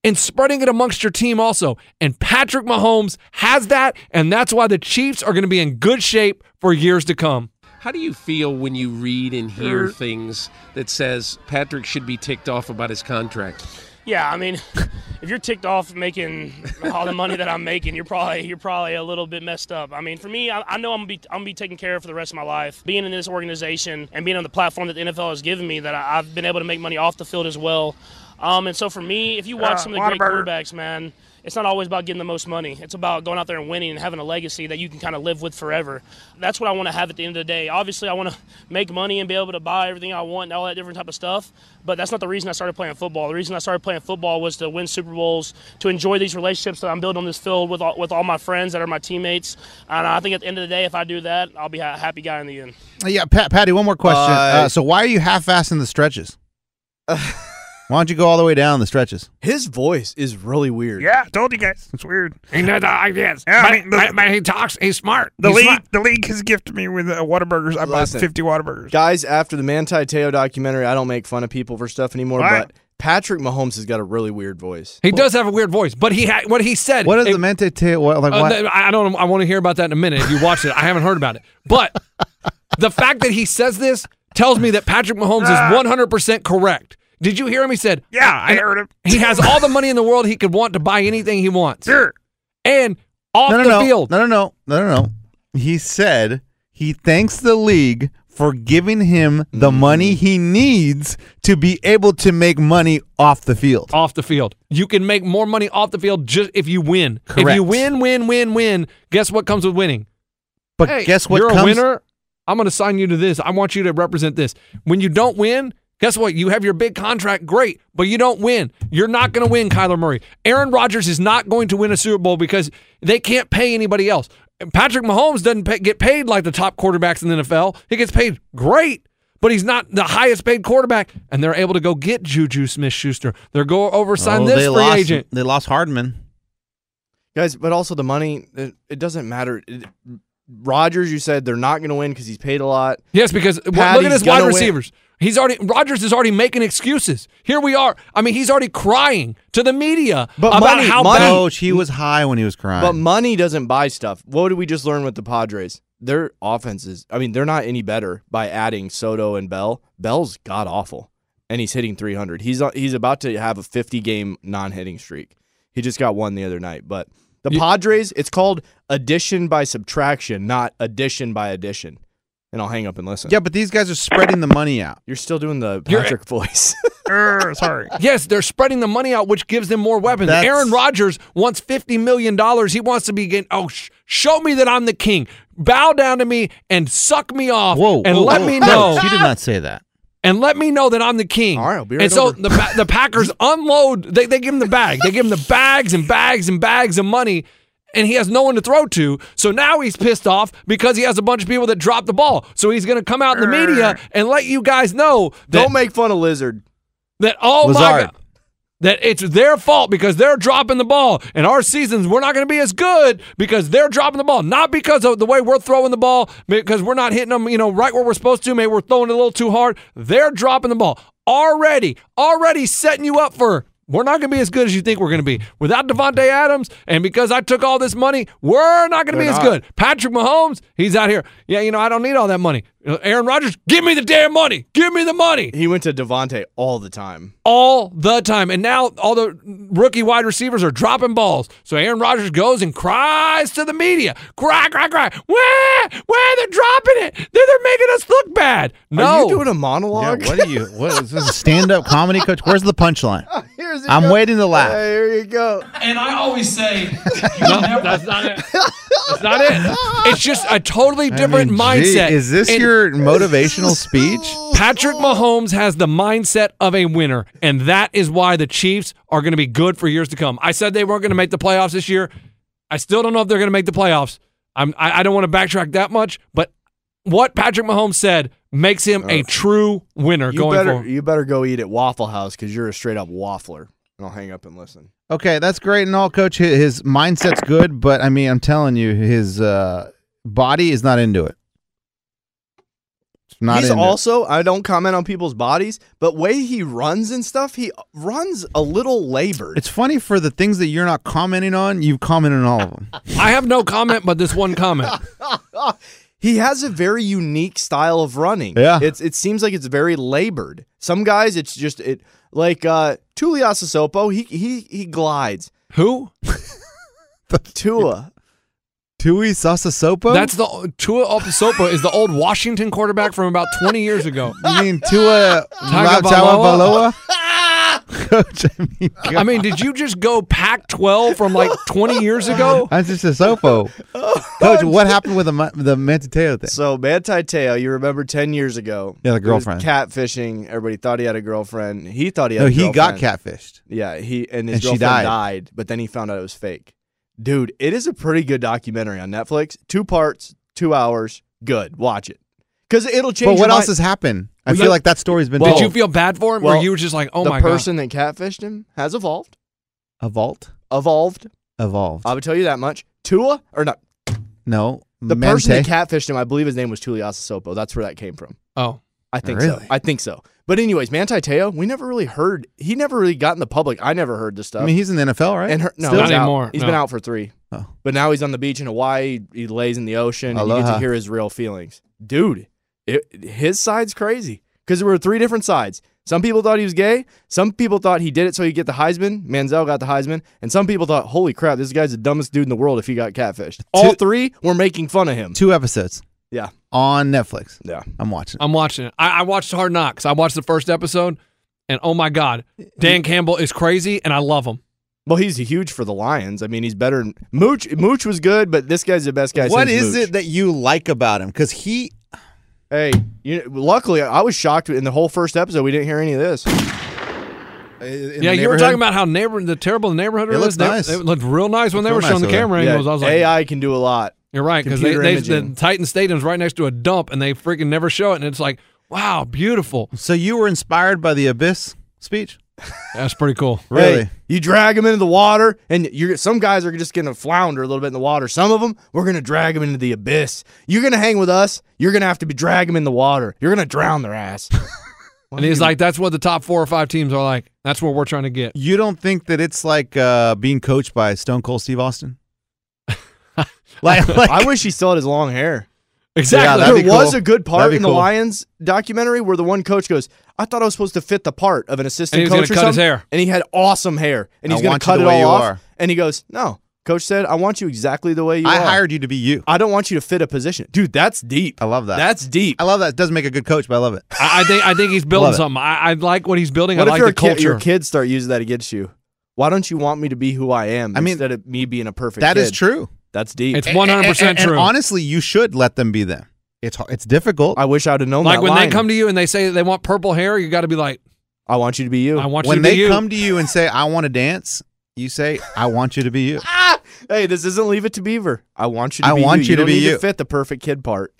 Speaker 8: and spreading it amongst your team also. And Patrick Mahomes has that, and that's why the Chiefs are going to be in good shape for years to come.
Speaker 17: How do you feel when you read and hear things that says Patrick should be ticked off about his contract?
Speaker 18: Yeah, I mean, *laughs* if you're ticked off making all the money that I'm making, you're probably you're probably a little bit messed up. I mean, for me, I, I know I'm gonna be I'm gonna be taken care of for the rest of my life. Being in this organization and being on the platform that the NFL has given me, that I, I've been able to make money off the field as well. Um, and so for me, if you watch
Speaker 19: Uh,
Speaker 18: some of the great
Speaker 19: Whataburger.
Speaker 18: quarterbacks, man, it's not always about getting the most money. It's about going out there and winning and having a legacy that you can kind of live with forever. That's what I want to have at the end of the day. Obviously, I want to make money and be able to buy everything I want and all that different type of stuff, but that's not the reason I started playing football. The reason I started playing football was to win Super Bowls, to enjoy these relationships that I'm building on this field with all, with all my friends that are my teammates. And I think at the end of the day, if I do that, I'll be a happy guy in the end.
Speaker 9: Uh, Yeah, Pat, Patty, one more question.
Speaker 18: Uh,
Speaker 9: Uh, so why are you half-assing the *laughs* stretches? why don't you go all the way down the stretches?
Speaker 7: His voice is really weird.
Speaker 20: Yeah, told you guys. It's weird.
Speaker 8: He knows the ideas.
Speaker 20: Yeah, I
Speaker 8: But-
Speaker 20: mean, the,
Speaker 8: but- but he talks. He's smart.
Speaker 20: the
Speaker 8: He's
Speaker 20: league,
Speaker 8: smart.
Speaker 20: the league has gifted me with uh, Whataburgers. I bought
Speaker 7: Listen.
Speaker 20: fifty Whataburgers.
Speaker 7: Guys, after the Manti Teo documentary, I don't make fun of people for stuff anymore,
Speaker 20: Why?
Speaker 7: but Patrick Mahomes has got a really weird voice.
Speaker 8: He does have a weird voice, but he had what he said.
Speaker 9: What is
Speaker 8: it-
Speaker 9: the mente te- what, like,
Speaker 8: uh,
Speaker 9: what?
Speaker 8: th- I don't. I want to hear about that in a minute. If you watch it, I haven't heard about it. But the fact that he says this tells me that Patrick Mahomes is one hundred percent correct. Did you hear him? He said,
Speaker 20: Uh. Yeah, I heard him.
Speaker 8: He has all the money in the world. He could want to buy anything he wants. Sure. And off
Speaker 9: no, no,
Speaker 8: the
Speaker 9: no.
Speaker 8: field.
Speaker 9: No, no, no, no, no, no. He said he thanks the league for giving him the money he needs to be able to make money off the field.
Speaker 8: Off the field. You can make more money off the field just if you win. If
Speaker 9: Correct.
Speaker 8: you win, win, win, win, guess what comes with winning?
Speaker 9: But
Speaker 8: Hey,
Speaker 9: guess what
Speaker 8: You're
Speaker 9: comes-
Speaker 8: a winner. I'm going to sign you to this. I want you to represent this. When you don't win, guess what? You have your big contract, great, but you don't win. You're not going to win, Kyler Murray. Aaron Rodgers is not going to win a Super Bowl because they can't pay anybody else. And Patrick Mahomes doesn't pay, get paid like the top quarterbacks in the NFL. He gets paid great, but he's not the highest paid quarterback. And they're able to go get Juju Smith Schuster. They're go over sign
Speaker 9: Oh,
Speaker 8: this
Speaker 9: they
Speaker 8: free
Speaker 9: lost,
Speaker 8: agent.
Speaker 9: They lost Hardman.
Speaker 7: Guys, but also the money, it, it doesn't matter. It, Rodgers, you said they're not going to win because he's paid a lot.
Speaker 8: Yes, because w- look at
Speaker 7: Patty's
Speaker 8: his wide
Speaker 7: gonna win.
Speaker 8: receivers. He's already Rodgers is already making excuses. Here we are. I mean, he's already crying to the media
Speaker 7: But
Speaker 8: about
Speaker 7: money-
Speaker 8: how
Speaker 7: money-
Speaker 8: bad
Speaker 9: Coach, he Oh, was high when he was crying.
Speaker 7: But money doesn't buy stuff. What did we just learn with the Padres? Their offenses, I mean, they're not any better by adding Soto and Bell. Bell's god awful. and he's hitting 300. He's uh, he's about to have a 50 game non-hitting streak. He just got one the other night, but the Padres, it's called addition by subtraction, not addition by addition. And I'll hang up and listen.
Speaker 9: Yeah, but these guys are spreading the money *laughs* out.
Speaker 7: You're still doing the
Speaker 9: You're-
Speaker 7: Patrick
Speaker 9: *laughs*
Speaker 7: voice.
Speaker 8: sorry. Yes, they're spreading the money out, which gives them more weapons.
Speaker 7: That's-
Speaker 8: Aaron Rodgers wants fifty million dollars. He wants to be getting. Oh, sh- show me that I'm the king. Bow down to me and suck me off.
Speaker 9: Whoa,
Speaker 8: and
Speaker 9: whoa,
Speaker 8: let
Speaker 9: whoa,
Speaker 8: me
Speaker 9: whoa.
Speaker 8: know.
Speaker 9: She did not say that.
Speaker 8: And let me know that I'm the king. All right, I'll be
Speaker 9: right
Speaker 8: And so
Speaker 9: over.
Speaker 8: the Pa- the *laughs* Packers unload. They they give him the bag. They give him the bags and bags and bags of money. And he has no one to throw to, so now he's pissed off because he has a bunch of people that dropped the ball. So he's going to come out in the media and let you guys know. That,
Speaker 7: Don't make fun of Lizard.
Speaker 8: That oh my
Speaker 7: Lazard.
Speaker 8: god, that it's their fault because they're dropping the ball, and our seasons we're not going to be as good because they're dropping the ball, not because of the way we're throwing the ball, because we're not hitting them, you know, right where we're supposed to. Maybe we're throwing it a little too hard. They're dropping the ball already, already setting you up for. We're not going to be as good as you think we're going to be without Devonte Adams, and because I took all this money, we're not going to be
Speaker 7: They're
Speaker 8: as
Speaker 7: not.
Speaker 8: good. Patrick Mahomes, he's out here. Yeah, you know, I don't need all that money. Uh, Aaron Rodgers, give me the damn money. Give me the money.
Speaker 7: He went to Devontae all the time.
Speaker 8: all the time. And now all the rookie wide receivers are dropping balls. So Aaron Rodgers goes and cries to the media. Cry, cry, cry. Where? Where? They're dropping it. They're, they're making us look bad. No.
Speaker 7: Are you doing a monologue?
Speaker 9: *laughs* Yeah, what are you? What is this? A stand-up comedy coach? Where's the *laughs* punchline?
Speaker 7: *laughs* Here's it
Speaker 9: I'm
Speaker 7: go.
Speaker 9: waiting to laugh.
Speaker 7: There you go.
Speaker 8: And I always say, that's not *laughs* it. That's not it. It's just a totally different
Speaker 9: I mean, gee,
Speaker 8: mindset.
Speaker 9: is this
Speaker 8: And
Speaker 9: your motivational speech?
Speaker 7: *laughs* Oh.
Speaker 8: Patrick Mahomes has the mindset of a winner, and that is why the Chiefs are going to be good for years to come. I said they weren't going to make the playoffs this year. I still don't know if they're going to make the playoffs. I'm, I, I don't want to backtrack that much, but what Patrick Mahomes said makes him a true winner
Speaker 7: Uh, You
Speaker 8: going
Speaker 7: better
Speaker 8: forward.
Speaker 7: you better go eat at Waffle House because you're a straight up waffler. And I'll hang up and listen.
Speaker 9: *laughs* Okay, that's great and all, coach. Hi- His mindset's good, but I mean, I'm telling you, his uh, body is not into it. It's not
Speaker 7: He's
Speaker 9: into it.
Speaker 7: also I don't comment on people's bodies, but way he runs and stuff, he runs a little labored.
Speaker 9: It's funny for the things that you're not commenting on, you've commented on all
Speaker 7: *laughs*
Speaker 9: of them.
Speaker 8: I have no comment but this one comment.
Speaker 7: He has a very unique style of running.
Speaker 9: Yeah.
Speaker 7: It's it seems like it's very labored. Some guys it's just it like uh Tulia Sissoko, he he he
Speaker 9: *laughs*
Speaker 7: glides.
Speaker 8: Who?
Speaker 7: Tua.
Speaker 9: Tui
Speaker 7: Um,
Speaker 9: Sasasopo?
Speaker 8: That's the Tua Opsopa is the old Washington quarterback from about 20 years ago.
Speaker 9: You mean
Speaker 7: *laughs*
Speaker 9: Tua
Speaker 8: Tagovailoa?
Speaker 9: Tagovailoa? Coach, I mean,
Speaker 8: I mean, did you just go Pac 12 from like 20 years ago?
Speaker 9: that's just
Speaker 7: *laughs*
Speaker 9: a sopo. Coach, what happened with the mu- the Mantiteo thing?
Speaker 7: So Manti Teo, you remember ten years ago.
Speaker 9: Yeah, the
Speaker 7: he was
Speaker 9: girlfriend.
Speaker 7: catfishing. Everybody thought he had a girlfriend. He thought he had
Speaker 9: No,
Speaker 7: a
Speaker 9: he got
Speaker 7: girlfriend.
Speaker 9: catfished.
Speaker 7: Yeah, he and his
Speaker 9: And she
Speaker 7: girlfriend
Speaker 9: died.
Speaker 7: died. but then he found out it was fake. Dude, it is a pretty good documentary on Netflix. Two parts, two hours, good. Watch it. Because it'll change.
Speaker 9: But what
Speaker 7: your mind.
Speaker 9: else has happened? I
Speaker 7: Well,
Speaker 9: feel
Speaker 7: you-
Speaker 9: like that story's been
Speaker 8: Did
Speaker 9: told.
Speaker 8: you feel bad for him, or you were just like, "Oh
Speaker 7: the
Speaker 8: my god"?
Speaker 7: person that catfished him has evolved.
Speaker 9: a vault?
Speaker 7: Evolved.
Speaker 9: Evolved.
Speaker 7: I would tell you that much. Tua or not.
Speaker 9: No.
Speaker 7: The person
Speaker 9: Mante?
Speaker 7: that catfished him, I believe his name was Tuliasa Sopo. That's where that came from.
Speaker 8: Oh,
Speaker 7: I think so.
Speaker 9: Really?
Speaker 7: I think so. But anyways, Manti Te'o, we never really heard. He never really got in the public. I never heard this stuff.
Speaker 9: I mean, he's in the NFL, right?
Speaker 7: and her, no,
Speaker 9: Still?
Speaker 7: he's out.
Speaker 8: anymore,
Speaker 7: He's been
Speaker 8: no.
Speaker 7: out for three.
Speaker 9: Oh.
Speaker 7: But now he's on the beach in Hawaii. He lays in the ocean. And you get to
Speaker 9: Aloha.
Speaker 7: hear his real feelings, dude. It, his side's crazy because there were three different sides. Some people thought he was gay. Some people thought he did it so he'd get the Heisman. Manziel got the Heisman, and some people thought, "Holy crap, this guy's the dumbest dude in the world." If he got catfished, all three were making fun of him.
Speaker 9: Two episodes
Speaker 7: Yeah,
Speaker 9: on Netflix.
Speaker 7: yeah.
Speaker 9: I'm watching. it.
Speaker 8: I'm watching it. I, I watched Hard Knocks. I watched the first episode, and oh my god, Dan Campbell is crazy, and I love him.
Speaker 7: Well, he's huge for the Lions. I mean, he's better. than- Mooch Mooch was good, but this guy's the best guy.
Speaker 9: What
Speaker 7: since
Speaker 9: is
Speaker 7: Mooch.
Speaker 9: it that you like about him? Because he,
Speaker 7: Hey, you, luckily I was shocked in the whole first episode. We didn't hear any of this.
Speaker 8: yeah, you were talking about how neighbor the terrible neighborhood
Speaker 7: It
Speaker 8: it
Speaker 7: looks
Speaker 8: is. They-
Speaker 7: nice.
Speaker 8: It looked real nice when
Speaker 7: Looks
Speaker 8: they
Speaker 7: real
Speaker 8: were
Speaker 7: nice
Speaker 8: showing the
Speaker 7: over there.
Speaker 8: camera
Speaker 7: Yeah,
Speaker 8: angles. I was like,
Speaker 7: AI can do a lot.
Speaker 8: "You're right," because they,
Speaker 7: Computer
Speaker 8: they, the
Speaker 7: imaging.
Speaker 8: Titan Stadium's right next to a dump, and they freaking never show it, and it's like, "Wow, beautiful."
Speaker 9: So you were inspired by the Abyss speech?
Speaker 8: That's pretty
Speaker 7: *laughs*
Speaker 8: cool.
Speaker 9: Really?
Speaker 7: Hey, you drag them into the water, and you're some guys are just gonna flounder a little bit in the water. Some of them, we're gonna drag them into the abyss. You're gonna hang with us. You're gonna have to be drag them in the water. You're gonna drown
Speaker 8: *laughs*
Speaker 7: their ass.
Speaker 8: And he's like, "That's what the top four or five teams are like. That's what we're trying to get."
Speaker 9: You don't think that it's like uh, being coached
Speaker 8: *laughs*
Speaker 9: by Stone Cold Steve Austin? like, like
Speaker 7: I wish he still had his long hair.
Speaker 8: Exactly.
Speaker 7: there was a good part in the Lions documentary where the one coach goes, "I thought I was supposed to fit the part of an assistant
Speaker 8: he was
Speaker 7: coach."
Speaker 8: gonna
Speaker 7: or
Speaker 8: cut his
Speaker 7: something,"
Speaker 8: hair.
Speaker 7: and he had awesome hair, and
Speaker 8: I
Speaker 7: he's going
Speaker 8: want
Speaker 7: to
Speaker 8: you
Speaker 7: cut
Speaker 8: the
Speaker 7: it
Speaker 8: way you
Speaker 7: all off.
Speaker 8: are.
Speaker 7: And he goes, "No." Coach said, "I want you exactly the way you
Speaker 9: I
Speaker 7: are."
Speaker 9: hired you to be you.
Speaker 7: I don't want you to fit a position, dude. That's deep. I
Speaker 9: love that.
Speaker 7: That's deep.
Speaker 9: I love that. It doesn't make a good coach, but I love it.
Speaker 8: I, I think I think he's building
Speaker 9: Love it.
Speaker 8: something. I, I like what he's building.
Speaker 7: What
Speaker 8: I
Speaker 7: if
Speaker 8: like
Speaker 7: your
Speaker 8: the
Speaker 7: ki-
Speaker 8: culture.
Speaker 7: your kids start using that against you? Why don't you want me to be who I am
Speaker 9: I mean,
Speaker 7: instead of me being a perfect?
Speaker 9: That is
Speaker 7: kid?
Speaker 9: true.
Speaker 7: That's deep.
Speaker 9: And- and- and honestly, you should let them be them. It's ho- it's difficult.
Speaker 7: I wish I would have known.
Speaker 8: like
Speaker 7: that
Speaker 8: when
Speaker 7: line.
Speaker 8: they come to you and they say they want purple hair, you got to be like,
Speaker 7: I want you to be you.
Speaker 8: I want
Speaker 9: when
Speaker 8: you to
Speaker 9: they
Speaker 8: be you.
Speaker 9: come to you and say, "I want to dance," you say, "I want you
Speaker 8: *laughs*
Speaker 9: to be you."
Speaker 7: Ah! hey, this isn't Leave It to Beaver. I want you. To
Speaker 9: I
Speaker 7: be
Speaker 9: want
Speaker 7: you,
Speaker 9: you to
Speaker 7: don't
Speaker 9: be
Speaker 7: need
Speaker 9: you.
Speaker 7: fit the perfect kid part.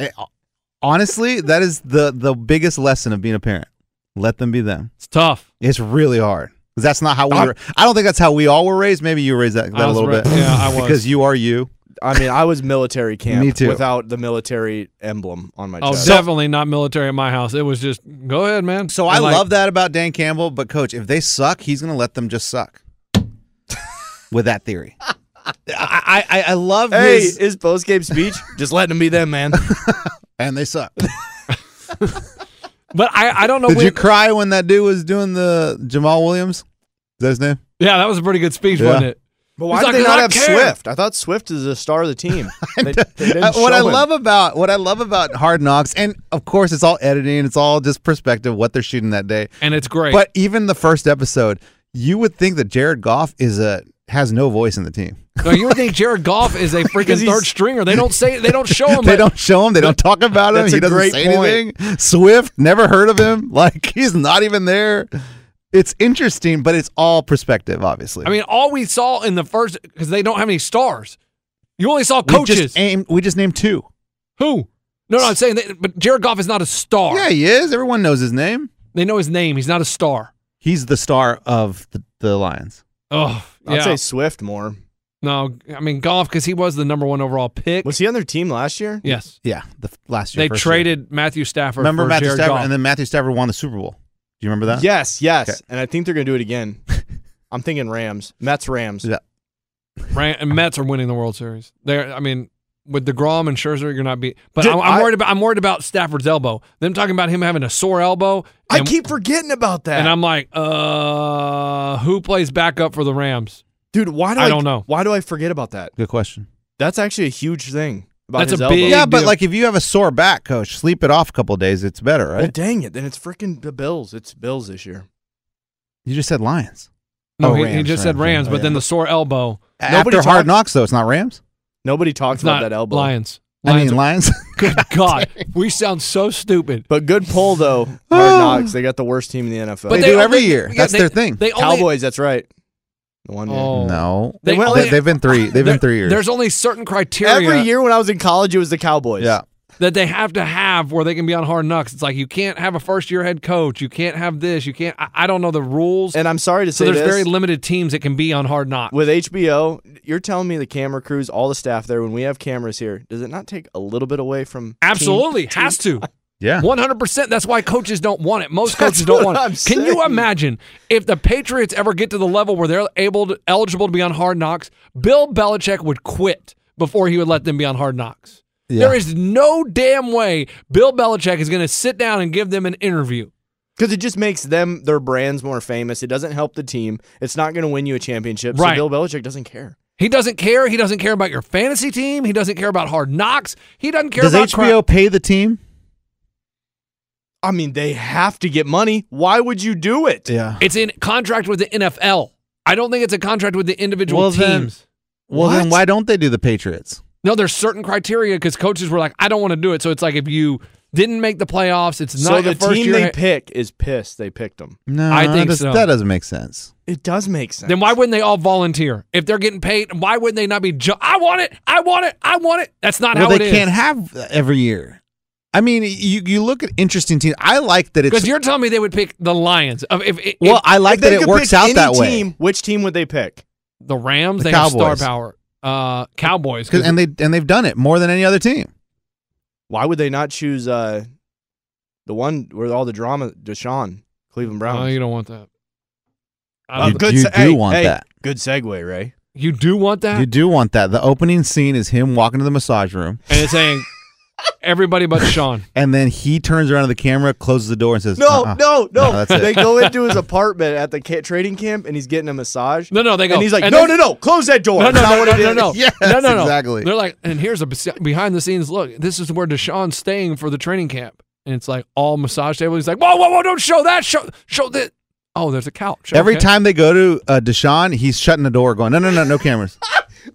Speaker 9: Honestly, that is the the biggest lesson of being a parent. Let them be them.
Speaker 8: It's tough.
Speaker 9: It's really hard 'Cause that's not how we
Speaker 7: I'm-
Speaker 9: were. I don't think that's how we all were raised. Maybe you raised that, that
Speaker 7: I
Speaker 9: a
Speaker 7: was
Speaker 9: little
Speaker 7: ra-
Speaker 9: bit.
Speaker 7: yeah, I was.
Speaker 9: because you are you.
Speaker 7: I mean, I was military camp.
Speaker 9: Me too.
Speaker 7: Without the military emblem on my
Speaker 8: Oh,
Speaker 7: chest.
Speaker 8: definitely not military in my house. It was just go ahead, man.
Speaker 9: So I love that about Dan Campbell. But coach, if they suck, he's going to let them
Speaker 7: *laughs*
Speaker 9: just suck. With that theory, I I, I- I love
Speaker 7: hey,
Speaker 9: his-
Speaker 7: his, post
Speaker 8: *laughs*
Speaker 7: game speech. just letting them be them, man.
Speaker 9: and
Speaker 7: *laughs*
Speaker 9: they suck.
Speaker 8: But I, I don't know.
Speaker 9: Did
Speaker 8: when-
Speaker 9: you cry when that dude was doing the Jamal Williams? Is that his name?
Speaker 8: yeah, that was a pretty good speech,
Speaker 9: Yeah.
Speaker 8: wasn't it?
Speaker 7: But why
Speaker 8: He's
Speaker 7: did
Speaker 8: like,
Speaker 7: they
Speaker 8: "I
Speaker 7: not have
Speaker 8: care."
Speaker 7: Swift? I thought Swift is the star of
Speaker 8: *laughs*
Speaker 7: the team. They- they didn't
Speaker 9: Uh, what
Speaker 7: show
Speaker 9: I
Speaker 7: him.
Speaker 9: love about what I love about Hard Knocks, and of course, it's all editing. It's all just perspective, what they're shooting that day,
Speaker 8: And it's great.
Speaker 9: But even the first episode, you would think that Jared Goff is a has no voice in the team.
Speaker 8: No, you would think Jared Goff is
Speaker 9: *laughs*
Speaker 8: a freaking third stringer. They don't say. They don't show him.
Speaker 9: they
Speaker 8: but-
Speaker 9: don't show him. They don't talk about him.
Speaker 8: That's
Speaker 9: He
Speaker 8: a
Speaker 9: doesn't
Speaker 8: great
Speaker 9: say
Speaker 8: point.
Speaker 9: anything. Swift never heard of him. *laughs* Like he's not even there. It's interesting, but it's all perspective, obviously.
Speaker 8: I mean, all we saw in the first because they don't have any stars. You only saw
Speaker 9: We just
Speaker 8: coaches.
Speaker 9: aim- we just named two.
Speaker 8: Who? No, no, I'm saying that. But Jared Goff is not a star.
Speaker 9: Yeah, he is. Everyone knows his name.
Speaker 8: They know his name. He's not a star.
Speaker 9: He's the star of the, the Lions.
Speaker 8: Oh,
Speaker 7: I'd
Speaker 8: yeah.
Speaker 7: say Swift more.
Speaker 8: no, I mean Goff because he was the number one overall pick.
Speaker 7: Was he on their team last year?
Speaker 8: Yes.
Speaker 9: Yeah, the f- last year.
Speaker 8: They
Speaker 9: first year.
Speaker 8: traded Matthew Stafford.
Speaker 9: Remember
Speaker 8: for
Speaker 9: Matthew
Speaker 8: Jared
Speaker 9: Stafford,
Speaker 8: Goff.
Speaker 9: and then Matthew Stafford won the Super Bowl. Do you remember that?
Speaker 7: Yes, yes.
Speaker 9: Okay.
Speaker 7: And I think they're going to do it
Speaker 9: *laughs*
Speaker 7: again. I'm thinking Rams. Mets Rams.
Speaker 9: Yeah.
Speaker 8: Ran- and Mets are winning the World Series. There, I mean, with Degrom and Scherzer, you're not be. But
Speaker 7: Dude,
Speaker 8: I'm, I'm
Speaker 7: I-
Speaker 8: worried about. I'm worried about Stafford's elbow. Them talking about him having a sore elbow.
Speaker 7: I
Speaker 8: and-
Speaker 7: keep forgetting about that.
Speaker 8: And I'm like, uh, who plays backup for the Rams?
Speaker 7: Dude, why do
Speaker 8: I
Speaker 7: I,
Speaker 8: don't know.
Speaker 7: Why do I forget about that?
Speaker 9: Good question.
Speaker 7: That's actually a huge thing. About
Speaker 8: That's
Speaker 7: his
Speaker 8: a
Speaker 7: elbow.
Speaker 8: big
Speaker 9: Yeah, but like if you have a sore back, coach, sleep it off a couple days. It's better,
Speaker 7: Well,
Speaker 9: right?
Speaker 7: dang it! Then it's freaking the Bills. It's Bills this year.
Speaker 9: You just said Lions.
Speaker 8: No,
Speaker 9: Oh,
Speaker 8: he, he
Speaker 9: Rams,
Speaker 8: just said
Speaker 9: Rams,
Speaker 8: Rams,
Speaker 9: yeah.
Speaker 8: but
Speaker 9: Oh,
Speaker 8: then
Speaker 9: yeah.
Speaker 8: the sore elbow.
Speaker 9: After
Speaker 7: Nobody
Speaker 9: Hard
Speaker 7: talk-
Speaker 9: Knocks, though, it's not Rams.
Speaker 7: Nobody talks
Speaker 8: It's not
Speaker 7: about that
Speaker 8: *laughs*
Speaker 7: elbow.
Speaker 8: Lions.
Speaker 9: I
Speaker 8: Lions
Speaker 9: mean,
Speaker 8: are-
Speaker 9: Lions. *laughs*
Speaker 8: Good God, we sound so stupid.
Speaker 7: But good
Speaker 8: *laughs*
Speaker 7: poll though. Hard knocks. They got the worst team in the NFL.
Speaker 8: But
Speaker 9: They do every year. That's their thing.
Speaker 8: They only,
Speaker 7: Cowboys. That's right. The one year.
Speaker 8: Oh.
Speaker 9: no,
Speaker 8: They
Speaker 9: they,
Speaker 8: only-
Speaker 9: have been three. They've been
Speaker 8: there-
Speaker 9: three years.
Speaker 8: There's only certain criteria
Speaker 7: Every year when I was in college, it was the Cowboys.
Speaker 9: yeah,
Speaker 8: that they have to have where they can be on hard knocks. It's like you can't have a first year head coach. You can't have this. You can't. I, I don't know the rules.
Speaker 7: And I'm sorry to
Speaker 8: so
Speaker 7: say
Speaker 8: there's
Speaker 7: this.
Speaker 8: very limited teams that can be on hard knocks.
Speaker 7: with HBO, you're telling me the camera crews, all the staff there, when we have cameras here, does it not take a little bit away from? team-
Speaker 8: Absolutely has
Speaker 7: *laughs*
Speaker 8: to.
Speaker 9: yeah.
Speaker 8: One hundred percent. That's why coaches don't want it. Most
Speaker 7: That's
Speaker 8: coaches don't
Speaker 7: what
Speaker 8: want it.
Speaker 7: I'm
Speaker 8: Can you
Speaker 7: saying.
Speaker 8: imagine if the Patriots ever get to the level where they're able to, eligible to be on Hard Knocks? Bill Belichick would quit before he would let them be on Hard Knocks.
Speaker 9: Yeah.
Speaker 8: There is no damn way Bill Belichick is going to sit down and give them an interview.
Speaker 7: Because it just makes them their brands more famous. It doesn't help the team. It's not going to win you a championship.
Speaker 8: Right.
Speaker 7: So Bill Belichick doesn't care.
Speaker 8: He doesn't care. He doesn't care about your fantasy team. He doesn't care about Hard Knocks. He doesn't care
Speaker 9: Does
Speaker 8: about
Speaker 9: HBO
Speaker 8: crap.
Speaker 9: pay the team?
Speaker 7: I mean, they have to get money. Why would you do it?
Speaker 9: Yeah.
Speaker 8: It's in contract with the NFL. I don't think it's a contract with the individual
Speaker 9: Well,
Speaker 8: teams.
Speaker 9: then- Well, then
Speaker 7: What?
Speaker 9: why don't they do the Patriots?
Speaker 8: No, there's certain criteria because coaches were like, I don't want to do it. So it's like if you didn't make the playoffs, it's
Speaker 7: So
Speaker 8: not
Speaker 7: the
Speaker 8: your first
Speaker 7: team
Speaker 8: year.
Speaker 7: they pick is pissed. They picked them.
Speaker 9: No,
Speaker 8: I think
Speaker 9: that,
Speaker 8: so.
Speaker 9: that doesn't make sense.
Speaker 7: It does make sense.
Speaker 8: then why wouldn't they all volunteer? If they're getting paid, why wouldn't they not be? Ju- I want it. I want it. I want it. That's not
Speaker 9: well,
Speaker 8: how
Speaker 9: they
Speaker 8: it
Speaker 9: can't have every year. I mean, you you look at interesting teams. I like that it's
Speaker 8: Because you're telling me they would pick the Lions. Of if, if,
Speaker 9: well. I like
Speaker 7: If they
Speaker 9: that it
Speaker 7: could
Speaker 9: works
Speaker 7: pick
Speaker 9: out
Speaker 7: any
Speaker 9: that way.
Speaker 7: Team, which team would they pick?
Speaker 8: the Rams,
Speaker 9: The
Speaker 8: they have
Speaker 9: Cowboys.
Speaker 8: star power. Uh, Cowboys.
Speaker 9: 'Cause-
Speaker 8: 'cause-
Speaker 9: and they and they've done it more than any other team.
Speaker 7: Why would they not choose uh, the one where all the drama? Deshaun, Cleveland Browns.
Speaker 8: Oh, you don't want that. I
Speaker 7: Oh,
Speaker 8: don't-
Speaker 9: You- you do want
Speaker 7: hey,
Speaker 9: that.
Speaker 7: Good segue,
Speaker 9: *laughs*
Speaker 7: Ray.
Speaker 8: you do want that?
Speaker 9: You do want that. The opening scene is him walking to the massage room.
Speaker 8: and it's saying, Everybody
Speaker 7: *laughs*
Speaker 8: but Sean.
Speaker 9: And then he turns around to the camera, closes the door, and says,
Speaker 7: No,
Speaker 9: "Uh-uh."
Speaker 7: no, no.
Speaker 9: that's it.
Speaker 7: they go into
Speaker 9: *laughs*
Speaker 7: his apartment at the ca- training camp, and he's getting a massage.
Speaker 8: No, no, they go.
Speaker 7: And he's like,
Speaker 8: and
Speaker 7: no,
Speaker 8: then-
Speaker 7: no, no, close that door.
Speaker 8: No, no,
Speaker 7: That's not
Speaker 8: no,
Speaker 7: what
Speaker 8: no,
Speaker 7: it
Speaker 8: no,
Speaker 7: is.
Speaker 8: no,
Speaker 7: *laughs* Yes,
Speaker 8: no, no, no.
Speaker 7: exactly.
Speaker 8: They're like, and here's a bes- behind the scenes look. This is where Deshaun's staying for the training camp, and it's like all massage table. He's like, whoa, whoa, whoa, don't show that. Show, show that. Oh, there's a couch.
Speaker 9: Every
Speaker 8: Okay.
Speaker 9: time they go to uh, Deshaun, he's shutting the door, going, "No, no, no,
Speaker 7: *laughs*
Speaker 9: no cameras."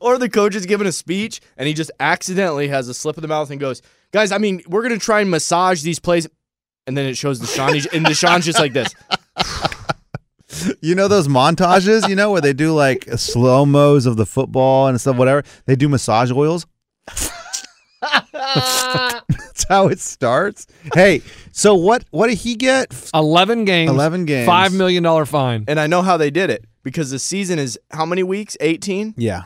Speaker 7: Or the coach is giving a speech, and he just accidentally has a slip of the mouth and goes, guys, I mean, we're going to try and massage these plays. And then it shows Deshaun, he's- and Deshaun's just like this.
Speaker 9: you know those montages, you know, where they do like slow mos of the football and stuff, whatever. They do
Speaker 7: *laughs*
Speaker 9: massage oils. *laughs* That's how it starts. Hey, so what? What did he get?
Speaker 8: Eleven games.
Speaker 9: Eleven games.
Speaker 8: Five million dollar fine.
Speaker 7: And I know how they did it because the season is how many weeks? 18?
Speaker 9: Yeah.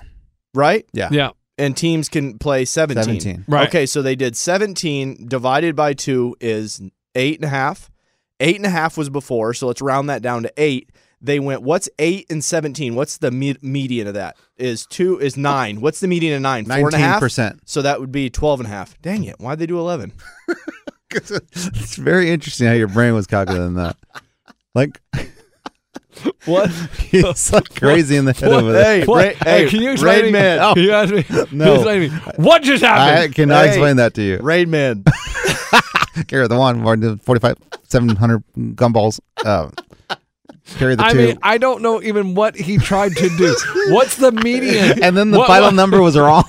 Speaker 7: Right?
Speaker 9: Yeah.
Speaker 8: Yeah.
Speaker 7: And teams can play 17.
Speaker 9: 17.
Speaker 8: Right.
Speaker 7: Okay, so they did 17 divided by two is eight and a half. Eight and a half was before, so let's round that down to eight. They went, what's eight and 17? What's the me- median of that? Is two, is nine. What's the median of nine? Four and a half?
Speaker 9: 19%.
Speaker 7: So that would be 12 and a half. Dang it. Why'd they do 11?
Speaker 9: *laughs* It's very interesting how your brain was calculating that. Like
Speaker 7: *laughs* what?
Speaker 8: *laughs*
Speaker 9: It's like crazy in the head over there.
Speaker 7: Hey, Ra- hey,
Speaker 8: can you
Speaker 7: Raid
Speaker 8: explain
Speaker 7: Man.
Speaker 8: it? Oh, Can *laughs* you ask me?
Speaker 9: No.
Speaker 8: Explain to me. What just
Speaker 9: I
Speaker 8: happened?
Speaker 9: cannot
Speaker 7: Hey.
Speaker 9: explain that to you.
Speaker 7: Raid Man.
Speaker 9: Carry the one, or the forty-five, seven hundred gumballs. Uh, carry the
Speaker 8: I
Speaker 9: two.
Speaker 8: mean, I don't know even what he tried to
Speaker 9: *laughs*
Speaker 8: do. What's the median?
Speaker 9: and then the
Speaker 8: What-
Speaker 9: final
Speaker 8: what-
Speaker 9: number
Speaker 8: *laughs*
Speaker 9: was wrong.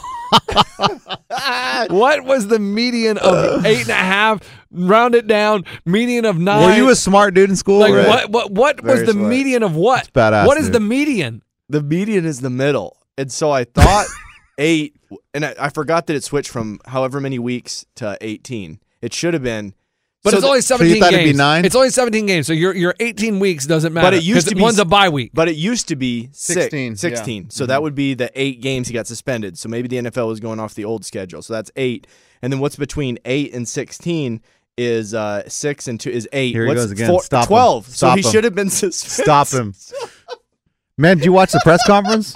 Speaker 8: What was the median of eight and a half? Round it down. Median of nine.
Speaker 9: Were you a smart dude in school?
Speaker 8: like
Speaker 9: Ray?
Speaker 8: what? What? What was
Speaker 9: Very
Speaker 8: the
Speaker 9: smart.
Speaker 8: median of what?
Speaker 9: badass,
Speaker 8: what is
Speaker 9: dude.
Speaker 8: the median?
Speaker 7: the median is the middle. And so I thought eight, and I, I forgot that it switched from however many weeks to 18. It should have been.
Speaker 8: But
Speaker 7: so
Speaker 8: it's
Speaker 7: the-
Speaker 8: only
Speaker 9: you
Speaker 8: seventeen
Speaker 9: thought
Speaker 8: games.
Speaker 9: it'd be nine?
Speaker 8: It's only seventeen games. So your your eighteen weeks doesn't matter.
Speaker 7: But it used
Speaker 8: 'cause
Speaker 7: to be
Speaker 8: one's a bye week.
Speaker 7: But it used to be six-
Speaker 9: 16, yeah. Mm-hmm.
Speaker 7: 16. So that would be the eight games he got suspended. So maybe the NFL was going off the old schedule. So that's eight. And then what's between eight and 16 is uh, six and two is eight.
Speaker 9: Here he
Speaker 7: what's
Speaker 9: goes again.
Speaker 7: Four,
Speaker 9: Stop him.
Speaker 7: 12.
Speaker 9: Stop
Speaker 7: so he
Speaker 9: him.
Speaker 7: should have been *laughs* suspended.
Speaker 9: Stop him, man! Did you watch the press conference?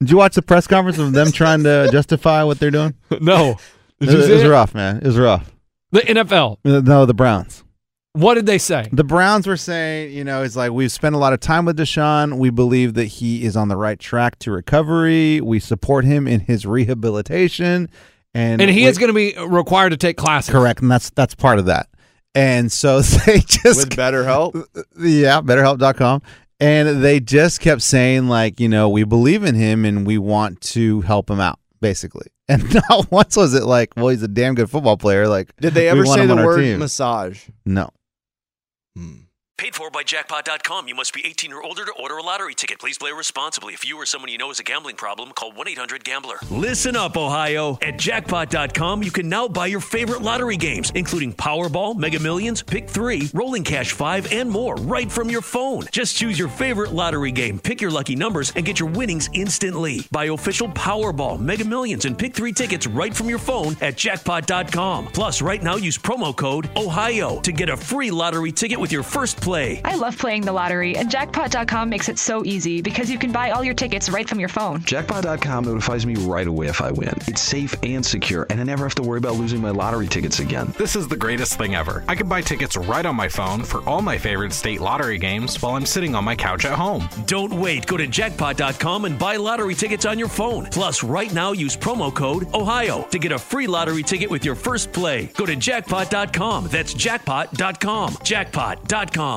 Speaker 9: Did you watch the press conference of them trying to justify what they're doing?
Speaker 8: *laughs* No,
Speaker 9: It
Speaker 8: Did you
Speaker 9: was,
Speaker 8: see
Speaker 9: it was
Speaker 8: it?
Speaker 9: rough, man. It was rough.
Speaker 8: The NFL.
Speaker 9: No, the Browns.
Speaker 8: What did they
Speaker 9: *laughs*
Speaker 8: say?
Speaker 9: The Browns were saying, you know, it's like we've spent a lot of time with Deshaun. We believe that he is on the right track to recovery. We support him in his rehabilitation, and
Speaker 8: And he
Speaker 9: we-
Speaker 8: is going to be required to take classes.
Speaker 9: correct, and that's that's part of that. And so *laughs* they just
Speaker 7: With better help.
Speaker 9: *laughs* yeah, betterhelp.com. And they just kept saying, like, you know, we believe in him and we want to help him out, basically. *laughs* And not once was it like, well, he's a damn good football player. Like,
Speaker 7: Did they
Speaker 9: we
Speaker 7: ever
Speaker 9: want
Speaker 7: say
Speaker 9: him
Speaker 7: the
Speaker 9: on our
Speaker 7: word
Speaker 9: team.
Speaker 7: massage?
Speaker 9: No.
Speaker 5: Paid for by jackpot.com. You must be 18 or older to order a lottery ticket. Please play responsibly. If you or someone you know has a gambling problem, call 1 800 Gambler. Listen up, Ohio. At jackpot.com, you can now buy your favorite lottery games, including Powerball, Mega Millions, Pick 3, Rolling Cash 5, and more, right from your phone. Just choose your favorite lottery game, pick your lucky numbers, and get your winnings instantly. Buy official Powerball, Mega Millions, and Pick 3 tickets right from your phone at jackpot.com. Plus, right now, use promo code OHIO to get a free lottery ticket with your first play.
Speaker 13: I love playing the lottery, and jackpot.com makes it so easy because you can buy all your tickets right from your phone.
Speaker 14: Jackpot.com notifies me right away if I win. It's safe and secure, and I never have to worry about losing my lottery tickets again.
Speaker 15: This is the greatest thing ever. I can buy tickets right on my phone for all my favorite state lottery games while I'm sitting on my couch at home.
Speaker 5: Don't wait. Go to jackpot.com and buy lottery tickets on your phone. Plus, right now, use promo code OHIO to get a free lottery ticket with your first play. Go to jackpot.com. That's jackpot.com. Jackpot.com.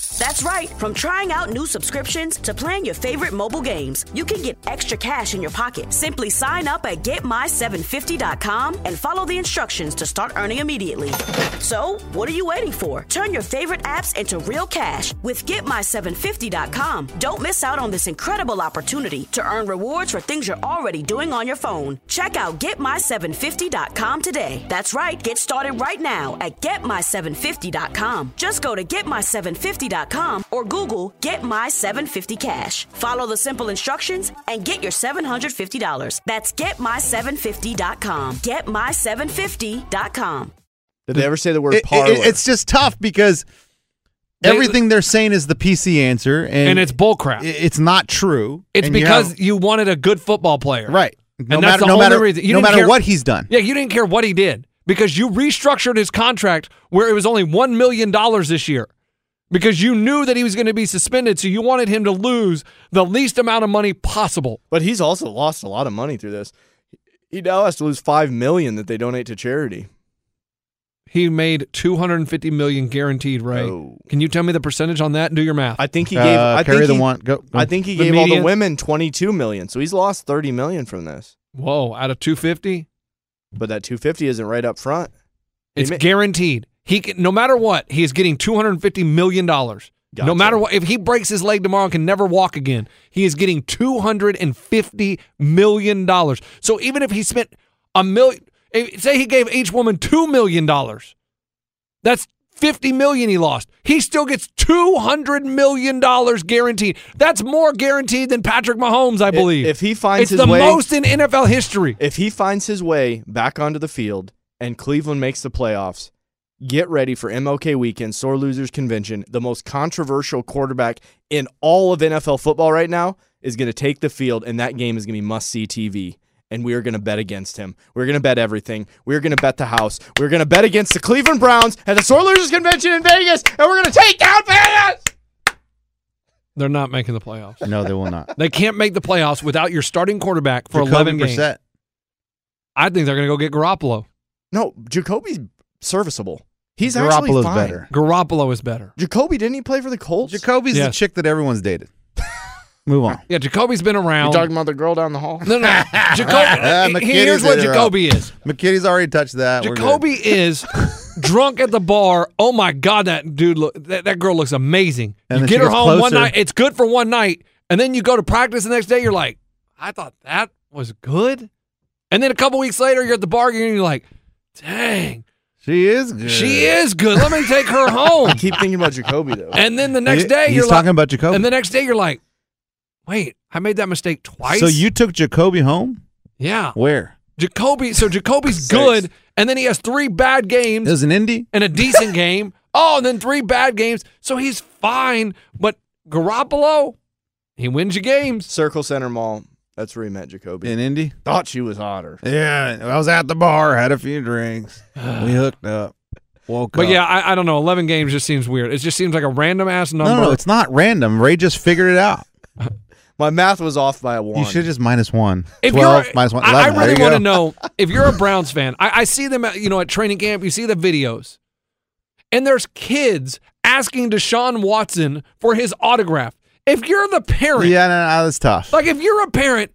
Speaker 16: That's right. From trying out new subscriptions to playing your favorite mobile games, you can get extra cash in your pocket. Simply sign up at getmy750.com and follow the instructions to start earning immediately. So, what are you waiting for? Turn your favorite apps into real cash with getmy750.com. Don't miss out on this incredible opportunity to earn rewards for things you're already doing on your phone. Check out getmy750.com today. That's right. Get started right now at getmy750.com. Just go to getmy750.com or Google Get My 750 Cash. Follow the simple instructions and get your $750. That's getmy750.com. Getmy750.com.
Speaker 7: Did they ever say the word
Speaker 9: It- it-
Speaker 7: parlor?
Speaker 9: it's just tough because
Speaker 7: They-
Speaker 9: everything they, are saying is the PC answer, and,
Speaker 8: And it's bullcrap.
Speaker 9: i- It's not true.
Speaker 8: It's
Speaker 9: and you have-
Speaker 8: because you wanted a good football player,
Speaker 9: right? No
Speaker 8: and that's
Speaker 9: matter-
Speaker 8: the
Speaker 9: no
Speaker 8: only
Speaker 9: matter-
Speaker 8: reason.
Speaker 9: no
Speaker 8: didn't
Speaker 9: matter what he's done.
Speaker 8: Yeah, you didn't care what he did because you restructured his contract where it was only one million dollars this year because you knew that he was going to be suspended, so you wanted him to lose the least amount of money possible.
Speaker 7: But he's also lost a lot of money through this. He now has to lose five million that they donate to charity.
Speaker 8: He made two hundred and fifty million guaranteed, right? Can you tell me the percentage on that? Do your math.
Speaker 7: I think he gave.
Speaker 9: Uh,
Speaker 7: I think he, I think he gave all the women twenty-two million, so he's lost thirty million from this.
Speaker 8: Whoa! Out of two fifty,
Speaker 7: but that two fifty isn't right up front. He
Speaker 8: It's
Speaker 7: ma-
Speaker 8: guaranteed. He can, no matter what, he is getting two hundred and fifty million dollars. No
Speaker 7: Gotcha.
Speaker 8: matter what, if he breaks his leg tomorrow and can never walk again, he is getting two hundred and fifty million dollars. So even if he spent a million, if- say he gave each woman two million dollars, that's fifty million he lost. He still gets two hundred million dollars guaranteed. That's more guaranteed than Patrick Mahomes, I
Speaker 7: If-
Speaker 8: believe.
Speaker 7: if he finds
Speaker 8: it's
Speaker 7: his
Speaker 8: the
Speaker 7: way-
Speaker 8: most in NFL history.
Speaker 7: If he finds his way back onto the field and Cleveland makes the playoffs, get ready for MLK weekend, sore losers convention. The most controversial quarterback in all of NFL football right now is going to take the field, and that game is going to be must see TV. And we are going to bet against him. We're going to bet everything. We're going to bet the house. We're going to bet against the Cleveland Browns at the Sore Losers Convention in Vegas, and we're going to take down Vegas.
Speaker 8: They're not making the playoffs.
Speaker 9: No, they will not.
Speaker 8: They can't make the playoffs without your starting quarterback *laughs* for
Speaker 9: Jacoby
Speaker 8: 11 games.
Speaker 9: Brissett.
Speaker 8: I think they're going to go get Garoppolo.
Speaker 7: No, Jacoby's serviceable. He's actually
Speaker 9: Garoppolo's
Speaker 7: fine.
Speaker 9: better.
Speaker 8: Garoppolo is better.
Speaker 7: Jacoby didn't he play for the Colts?
Speaker 9: Jacoby's the
Speaker 8: Yes.
Speaker 9: chick that everyone's dated. Move on.
Speaker 8: Yeah, Jacoby's been around.
Speaker 7: You talking about the girl down the hall?
Speaker 8: No, no.
Speaker 9: *laughs* Ah,
Speaker 8: Jacoby,
Speaker 9: McKinney's
Speaker 8: here's what
Speaker 9: hit her
Speaker 8: Jacoby
Speaker 9: up.
Speaker 8: is.
Speaker 9: McKinney's already touched that. We're good.
Speaker 8: Jacoby is
Speaker 9: *laughs*
Speaker 8: drunk at the bar. Oh my god, that dude look that, that girl looks amazing. you
Speaker 9: And then
Speaker 8: get
Speaker 9: she
Speaker 8: her
Speaker 9: gets
Speaker 8: home one
Speaker 9: closer.
Speaker 8: night, it's good for one night, and then you go to practice the next day, you're like, I thought that was good. And then a couple weeks later you're at the bar and you're like, dang,
Speaker 9: She is good.
Speaker 8: she is good. Let me take
Speaker 9: *laughs*
Speaker 8: her home.
Speaker 7: *laughs* I keep thinking about Jacoby though.
Speaker 8: And then the next
Speaker 9: He-
Speaker 8: day
Speaker 9: he's
Speaker 8: you're
Speaker 9: talking
Speaker 8: like,
Speaker 9: about Jacoby.
Speaker 8: and the next day you're like, wait, I made that mistake twice.
Speaker 9: So you took Jacoby home?
Speaker 8: yeah,
Speaker 9: Where?
Speaker 8: Jacoby. So
Speaker 9: *laughs*
Speaker 8: Jacoby's good, and then he has three bad
Speaker 9: It
Speaker 8: games
Speaker 9: was an indie.
Speaker 8: and a decent *laughs* game. Oh, and then three bad games. So he's fine, but Garoppolo, he wins you games.
Speaker 7: Circle Center Mall. That's where he met Jacoby.
Speaker 9: In Indy?
Speaker 7: Thought she was hotter.
Speaker 9: Yeah. I was at the bar, had a few drinks.
Speaker 8: *sighs*
Speaker 9: we hooked up. Woke
Speaker 8: But
Speaker 9: up.
Speaker 8: yeah, I, I don't know. Eleven games just seems weird. It just seems like a random ass number.
Speaker 9: No, no, it's not random. Ray just figured it out.
Speaker 7: My math was off by a one.
Speaker 9: You should just minus one.
Speaker 8: If
Speaker 9: 12
Speaker 8: you're,
Speaker 9: minus one.
Speaker 8: I-
Speaker 9: 11.
Speaker 8: I, really
Speaker 9: There you
Speaker 8: want to
Speaker 9: go. *laughs*
Speaker 8: know if you're a Browns fan. I, I see them, at, you know, at training camp. You see the videos, and there's kids asking Deshaun Watson for his autograph. If you're the parent,
Speaker 9: Yeah, no, no, that's tough.
Speaker 8: like if you're a parent,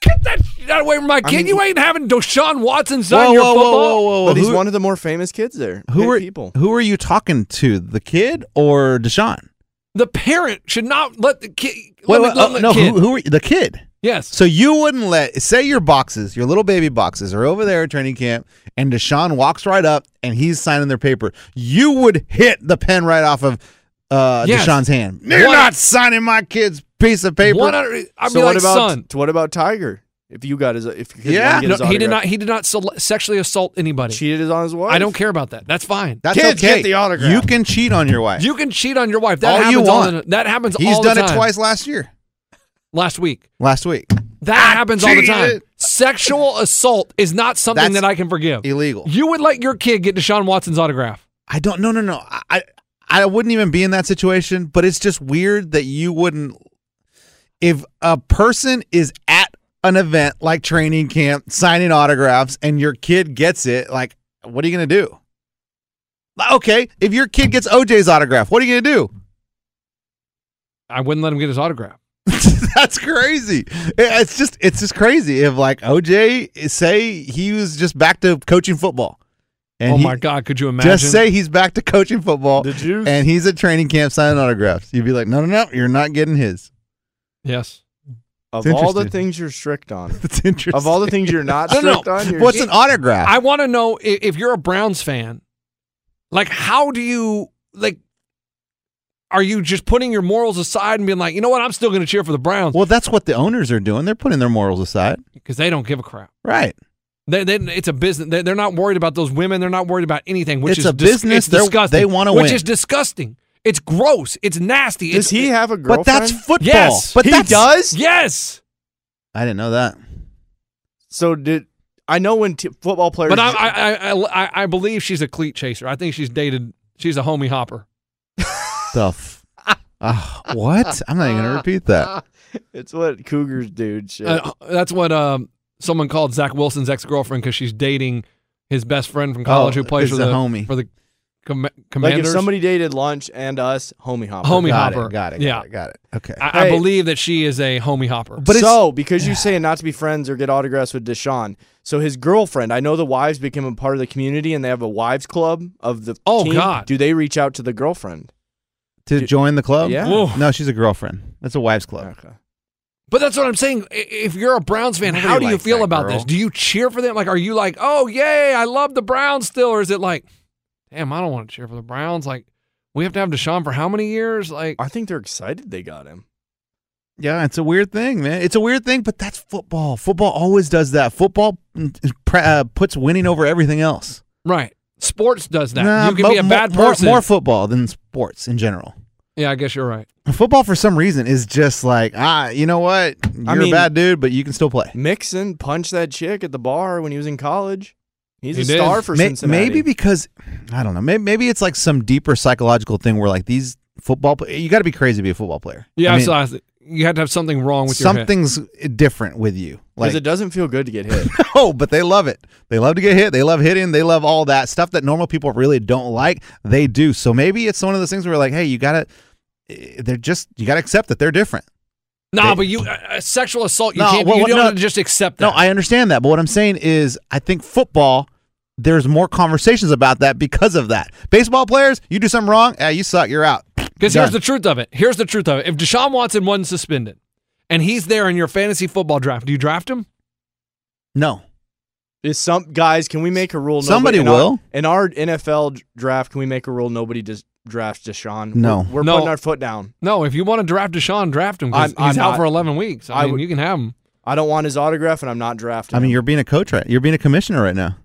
Speaker 8: get that shit away from my kid.
Speaker 9: mean-
Speaker 8: you ain't having Deshaun Watson sign your football.
Speaker 7: But he's
Speaker 9: Who-
Speaker 7: one of the more famous kids there.
Speaker 9: who
Speaker 7: Good
Speaker 9: are
Speaker 7: people?
Speaker 9: Who are you talking to? The kid or Deshaun?
Speaker 8: The parent should not let the kid. let
Speaker 9: Wait,
Speaker 8: me-
Speaker 9: wait,
Speaker 8: let
Speaker 9: oh,
Speaker 8: the
Speaker 9: no,
Speaker 8: kid-
Speaker 9: who, who are the kid?
Speaker 8: Yes.
Speaker 9: So you wouldn't let say your boxes, your little baby boxes, are over there at training camp, and Deshaun walks right up and he's signing their paper. You would hit the pen right off of uh,
Speaker 8: Yes.
Speaker 9: Deshaun's hand. You're
Speaker 8: One-
Speaker 9: not signing my kid's piece of paper.
Speaker 8: One hundred- I'd
Speaker 7: so
Speaker 8: be
Speaker 7: what
Speaker 8: like,
Speaker 7: about
Speaker 8: son.
Speaker 7: t- what about Tiger? If you got his, if your kid
Speaker 9: Yeah.
Speaker 7: wanted to
Speaker 8: No,
Speaker 7: get his
Speaker 8: he did
Speaker 7: autograph,
Speaker 8: not. He did not sele- sexually assault anybody.
Speaker 7: cheated on his wife.
Speaker 8: I don't care about that. That's fine.
Speaker 9: That's
Speaker 7: Kids,
Speaker 9: okay.
Speaker 7: get the autograph.
Speaker 9: You can cheat on your wife.
Speaker 8: You can cheat on your wife. That
Speaker 9: all
Speaker 8: happens
Speaker 9: you
Speaker 8: all
Speaker 9: want.
Speaker 8: the- that happens
Speaker 9: He's
Speaker 8: all the
Speaker 9: done
Speaker 8: time.
Speaker 9: it twice last year,
Speaker 8: last week.
Speaker 9: last week.
Speaker 8: That happens all the time.
Speaker 9: cheated.
Speaker 8: Sexual assault is not something
Speaker 9: That's
Speaker 8: that I can forgive.
Speaker 9: Illegal.
Speaker 8: You would let your kid get Deshaun Watson's autograph.
Speaker 9: I don't. No, no, no. I, I I wouldn't even be in that situation. But it's just weird that you wouldn't. If a person is at an event like training camp signing autographs and your kid gets it, like, what are you gonna do? *laughs* Okay, if your kid gets OJ's autograph, what are you gonna do?
Speaker 8: I wouldn't let him get his autograph.
Speaker 9: That's crazy. It- It's just it's just crazy. If like OJ say he was just back to coaching football.
Speaker 8: oh
Speaker 9: he-
Speaker 8: my God, could you imagine?
Speaker 9: Just say he's back to coaching football. Did you? And he's at training camp signing autographs. You'd be like, no, no, no, you're not getting his. *laughs*
Speaker 8: Yes.
Speaker 7: Of
Speaker 9: It's
Speaker 7: all the
Speaker 9: interesting.
Speaker 7: things you're strict
Speaker 8: *laughs*
Speaker 7: on,
Speaker 9: it's interesting.
Speaker 7: Of all the things you're not
Speaker 8: No, no,
Speaker 7: strict
Speaker 8: no.
Speaker 7: on, you're
Speaker 9: What's an autograph?
Speaker 8: I want to know if, if you're a Browns fan, like how do you like? Are you just putting your morals aside and being like, you know what, I'm still going to cheer for the Browns
Speaker 9: Well, that's what the owners are doing. They're putting their morals aside.
Speaker 8: because they don't give a crap.
Speaker 9: Right.
Speaker 8: They, they, it's a business. They, they're not worried about those women. They're not worried about anything. Which is
Speaker 9: It's a
Speaker 8: dis-
Speaker 9: business.
Speaker 8: it's
Speaker 9: They're-
Speaker 8: disgusting.
Speaker 9: they wanna
Speaker 8: Which
Speaker 9: win.
Speaker 8: is disgusting. It's gross. It's nasty.
Speaker 7: Does
Speaker 8: it's,
Speaker 7: he have a girlfriend?
Speaker 9: But that's football.
Speaker 8: Yes.
Speaker 9: But
Speaker 7: he
Speaker 9: that's-
Speaker 7: does.
Speaker 8: Yes.
Speaker 9: I didn't know that.
Speaker 7: So did I know when t- football players?
Speaker 8: But I, I, I, I, I believe she's a cleat chaser. I think she's dated. She's a homie hopper.
Speaker 7: *laughs*
Speaker 9: Stuff. Ah, what? I'm not even gonna repeat that.
Speaker 7: it's what Cougars do. Shit.
Speaker 8: Uh, that's what um, someone called Zach Wilson's ex girlfriend because she's dating his best friend from college
Speaker 7: Oh,
Speaker 8: who plays
Speaker 7: this
Speaker 8: for
Speaker 7: is a
Speaker 8: the
Speaker 7: homie.
Speaker 8: for the com-
Speaker 7: like if
Speaker 8: commanders.
Speaker 7: somebody dated lunch and us, homie hopper.
Speaker 8: homie
Speaker 7: Got it,
Speaker 8: hopper.
Speaker 7: got it.
Speaker 8: yeah.
Speaker 7: Got it.
Speaker 9: Got it. Okay.
Speaker 8: I, I
Speaker 7: Hey.
Speaker 8: believe that she is a homie hopper.
Speaker 7: But so because you say not to be friends or get autographs with Deshaun, so his girlfriend, I know the wives became a part of the community and they have a wives club of the.
Speaker 8: Oh,
Speaker 7: team.
Speaker 8: God.
Speaker 7: Do they reach out to the girlfriend?
Speaker 9: To join the club?
Speaker 7: Yeah.
Speaker 8: Whoa.
Speaker 9: No, she's a girlfriend. That's a wives club.
Speaker 7: Okay.
Speaker 8: But that's what I'm saying. I- If you're a Browns fan, how do
Speaker 9: Nobody
Speaker 8: you
Speaker 9: likes
Speaker 8: feel
Speaker 9: that
Speaker 8: about
Speaker 9: girl.
Speaker 8: this? Do you cheer for them? Like, are you like, oh yay, I love the Browns still, or is it like, damn, I don't want to cheer for the Browns? Like, we have to have Deshaun for how many years? Like,
Speaker 7: I think they're excited they got him.
Speaker 9: Yeah, it's a weird thing, man. It's a weird thing, but that's football. Football always does that. Football mm, pra- uh, puts winning over everything else.
Speaker 8: right? Sports does that.
Speaker 9: Nah,
Speaker 8: you can
Speaker 9: mo-
Speaker 8: be a
Speaker 9: mo-
Speaker 8: bad
Speaker 9: more-
Speaker 8: person.
Speaker 9: More, football than sports in general.
Speaker 8: yeah, I guess you're right.
Speaker 9: Football, for some reason, is just like ah, you know what? You're a
Speaker 7: mean-
Speaker 9: bad dude, but you can still play.
Speaker 7: Mixon punched that chick at the bar when he was in college. He's
Speaker 8: He
Speaker 7: a
Speaker 8: did.
Speaker 7: star for
Speaker 9: May-
Speaker 7: Cincinnati.
Speaker 9: Maybe because I don't know. Maybe, maybe it's like some deeper psychological thing where like these football. pla- You got to be crazy to be a football player.
Speaker 8: Yeah,
Speaker 9: I mean,
Speaker 8: so I th- you had to have something wrong with your head.
Speaker 9: something's different with you.
Speaker 7: because
Speaker 9: Like
Speaker 7: it doesn't feel good to get
Speaker 9: *laughs*
Speaker 7: hit.
Speaker 9: No, Oh, but they love it. They love to get hit. They love hitting. They love all that stuff that normal people really don't like. They do. So maybe it's one of those things where like, hey, you gotta. eh, They're just you gotta accept that they're different.
Speaker 8: Nah, but you uh, uh, sexual assault. You
Speaker 9: No,
Speaker 8: can't.
Speaker 9: well,
Speaker 8: you
Speaker 9: well,
Speaker 8: don't
Speaker 9: no.
Speaker 8: have to just accept that.
Speaker 9: No, I understand that, but what I'm saying is, I think football. There's more conversations about that because of that. Baseball players, you do something wrong, eh, you suck, you're out.
Speaker 8: Because here's
Speaker 9: Done.
Speaker 8: the truth of it. Here's the truth of it. If Deshaun Watson wasn't suspended, and he's there in your fantasy football draft, do you draft him?
Speaker 9: no.
Speaker 7: Is some guys? Can we make a rule?
Speaker 9: Somebody
Speaker 7: nobody- in
Speaker 9: will.
Speaker 7: Our, in our NFL d- draft, can we make a rule? Nobody just drafts Deshaun.
Speaker 9: No.
Speaker 7: we're, we're
Speaker 8: No.
Speaker 7: putting our foot down.
Speaker 8: No, if you want to draft Deshaun, draft him 'cause
Speaker 7: I'm-
Speaker 8: he's
Speaker 7: I'm
Speaker 8: out
Speaker 7: not-
Speaker 8: for 11 weeks. I,
Speaker 7: I
Speaker 8: mean,
Speaker 7: would-
Speaker 8: you can have him.
Speaker 7: I don't want his autograph, and I'm not drafting.
Speaker 9: I mean,
Speaker 7: him. *laughs*
Speaker 9: you're being a coach right. You're being a commissioner right now.
Speaker 8: *laughs*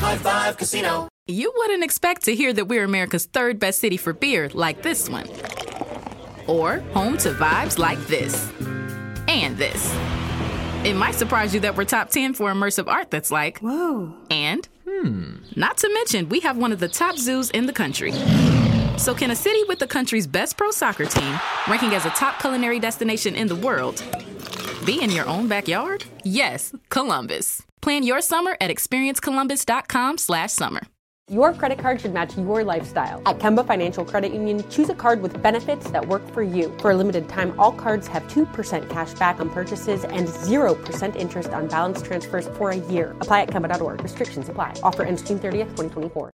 Speaker 21: Five Casino.
Speaker 16: You wouldn't expect to hear that we're America's third best city for beer like this one. Or home to vibes like this. And this. It might surprise you that we're top 10 for immersive art that's like. Whoa. And. Hmm. Not to mention, we have one of the top zoos in the country. So, can a city with the country's best pro soccer team, ranking as a top culinary destination in the world, be in your own backyard? Yes, Columbus. Plan your summer at experienecolumbus.com/summer.
Speaker 22: Your credit card should match your lifestyle. At Kemba Financial Credit Union, choose a card with benefits that work for you. For a limited time, all cards have 2% cash back on purchases and 0% interest on balance transfers for a year. Apply at Kemba.org. Restrictions apply. Offer ends June 30th, 2024.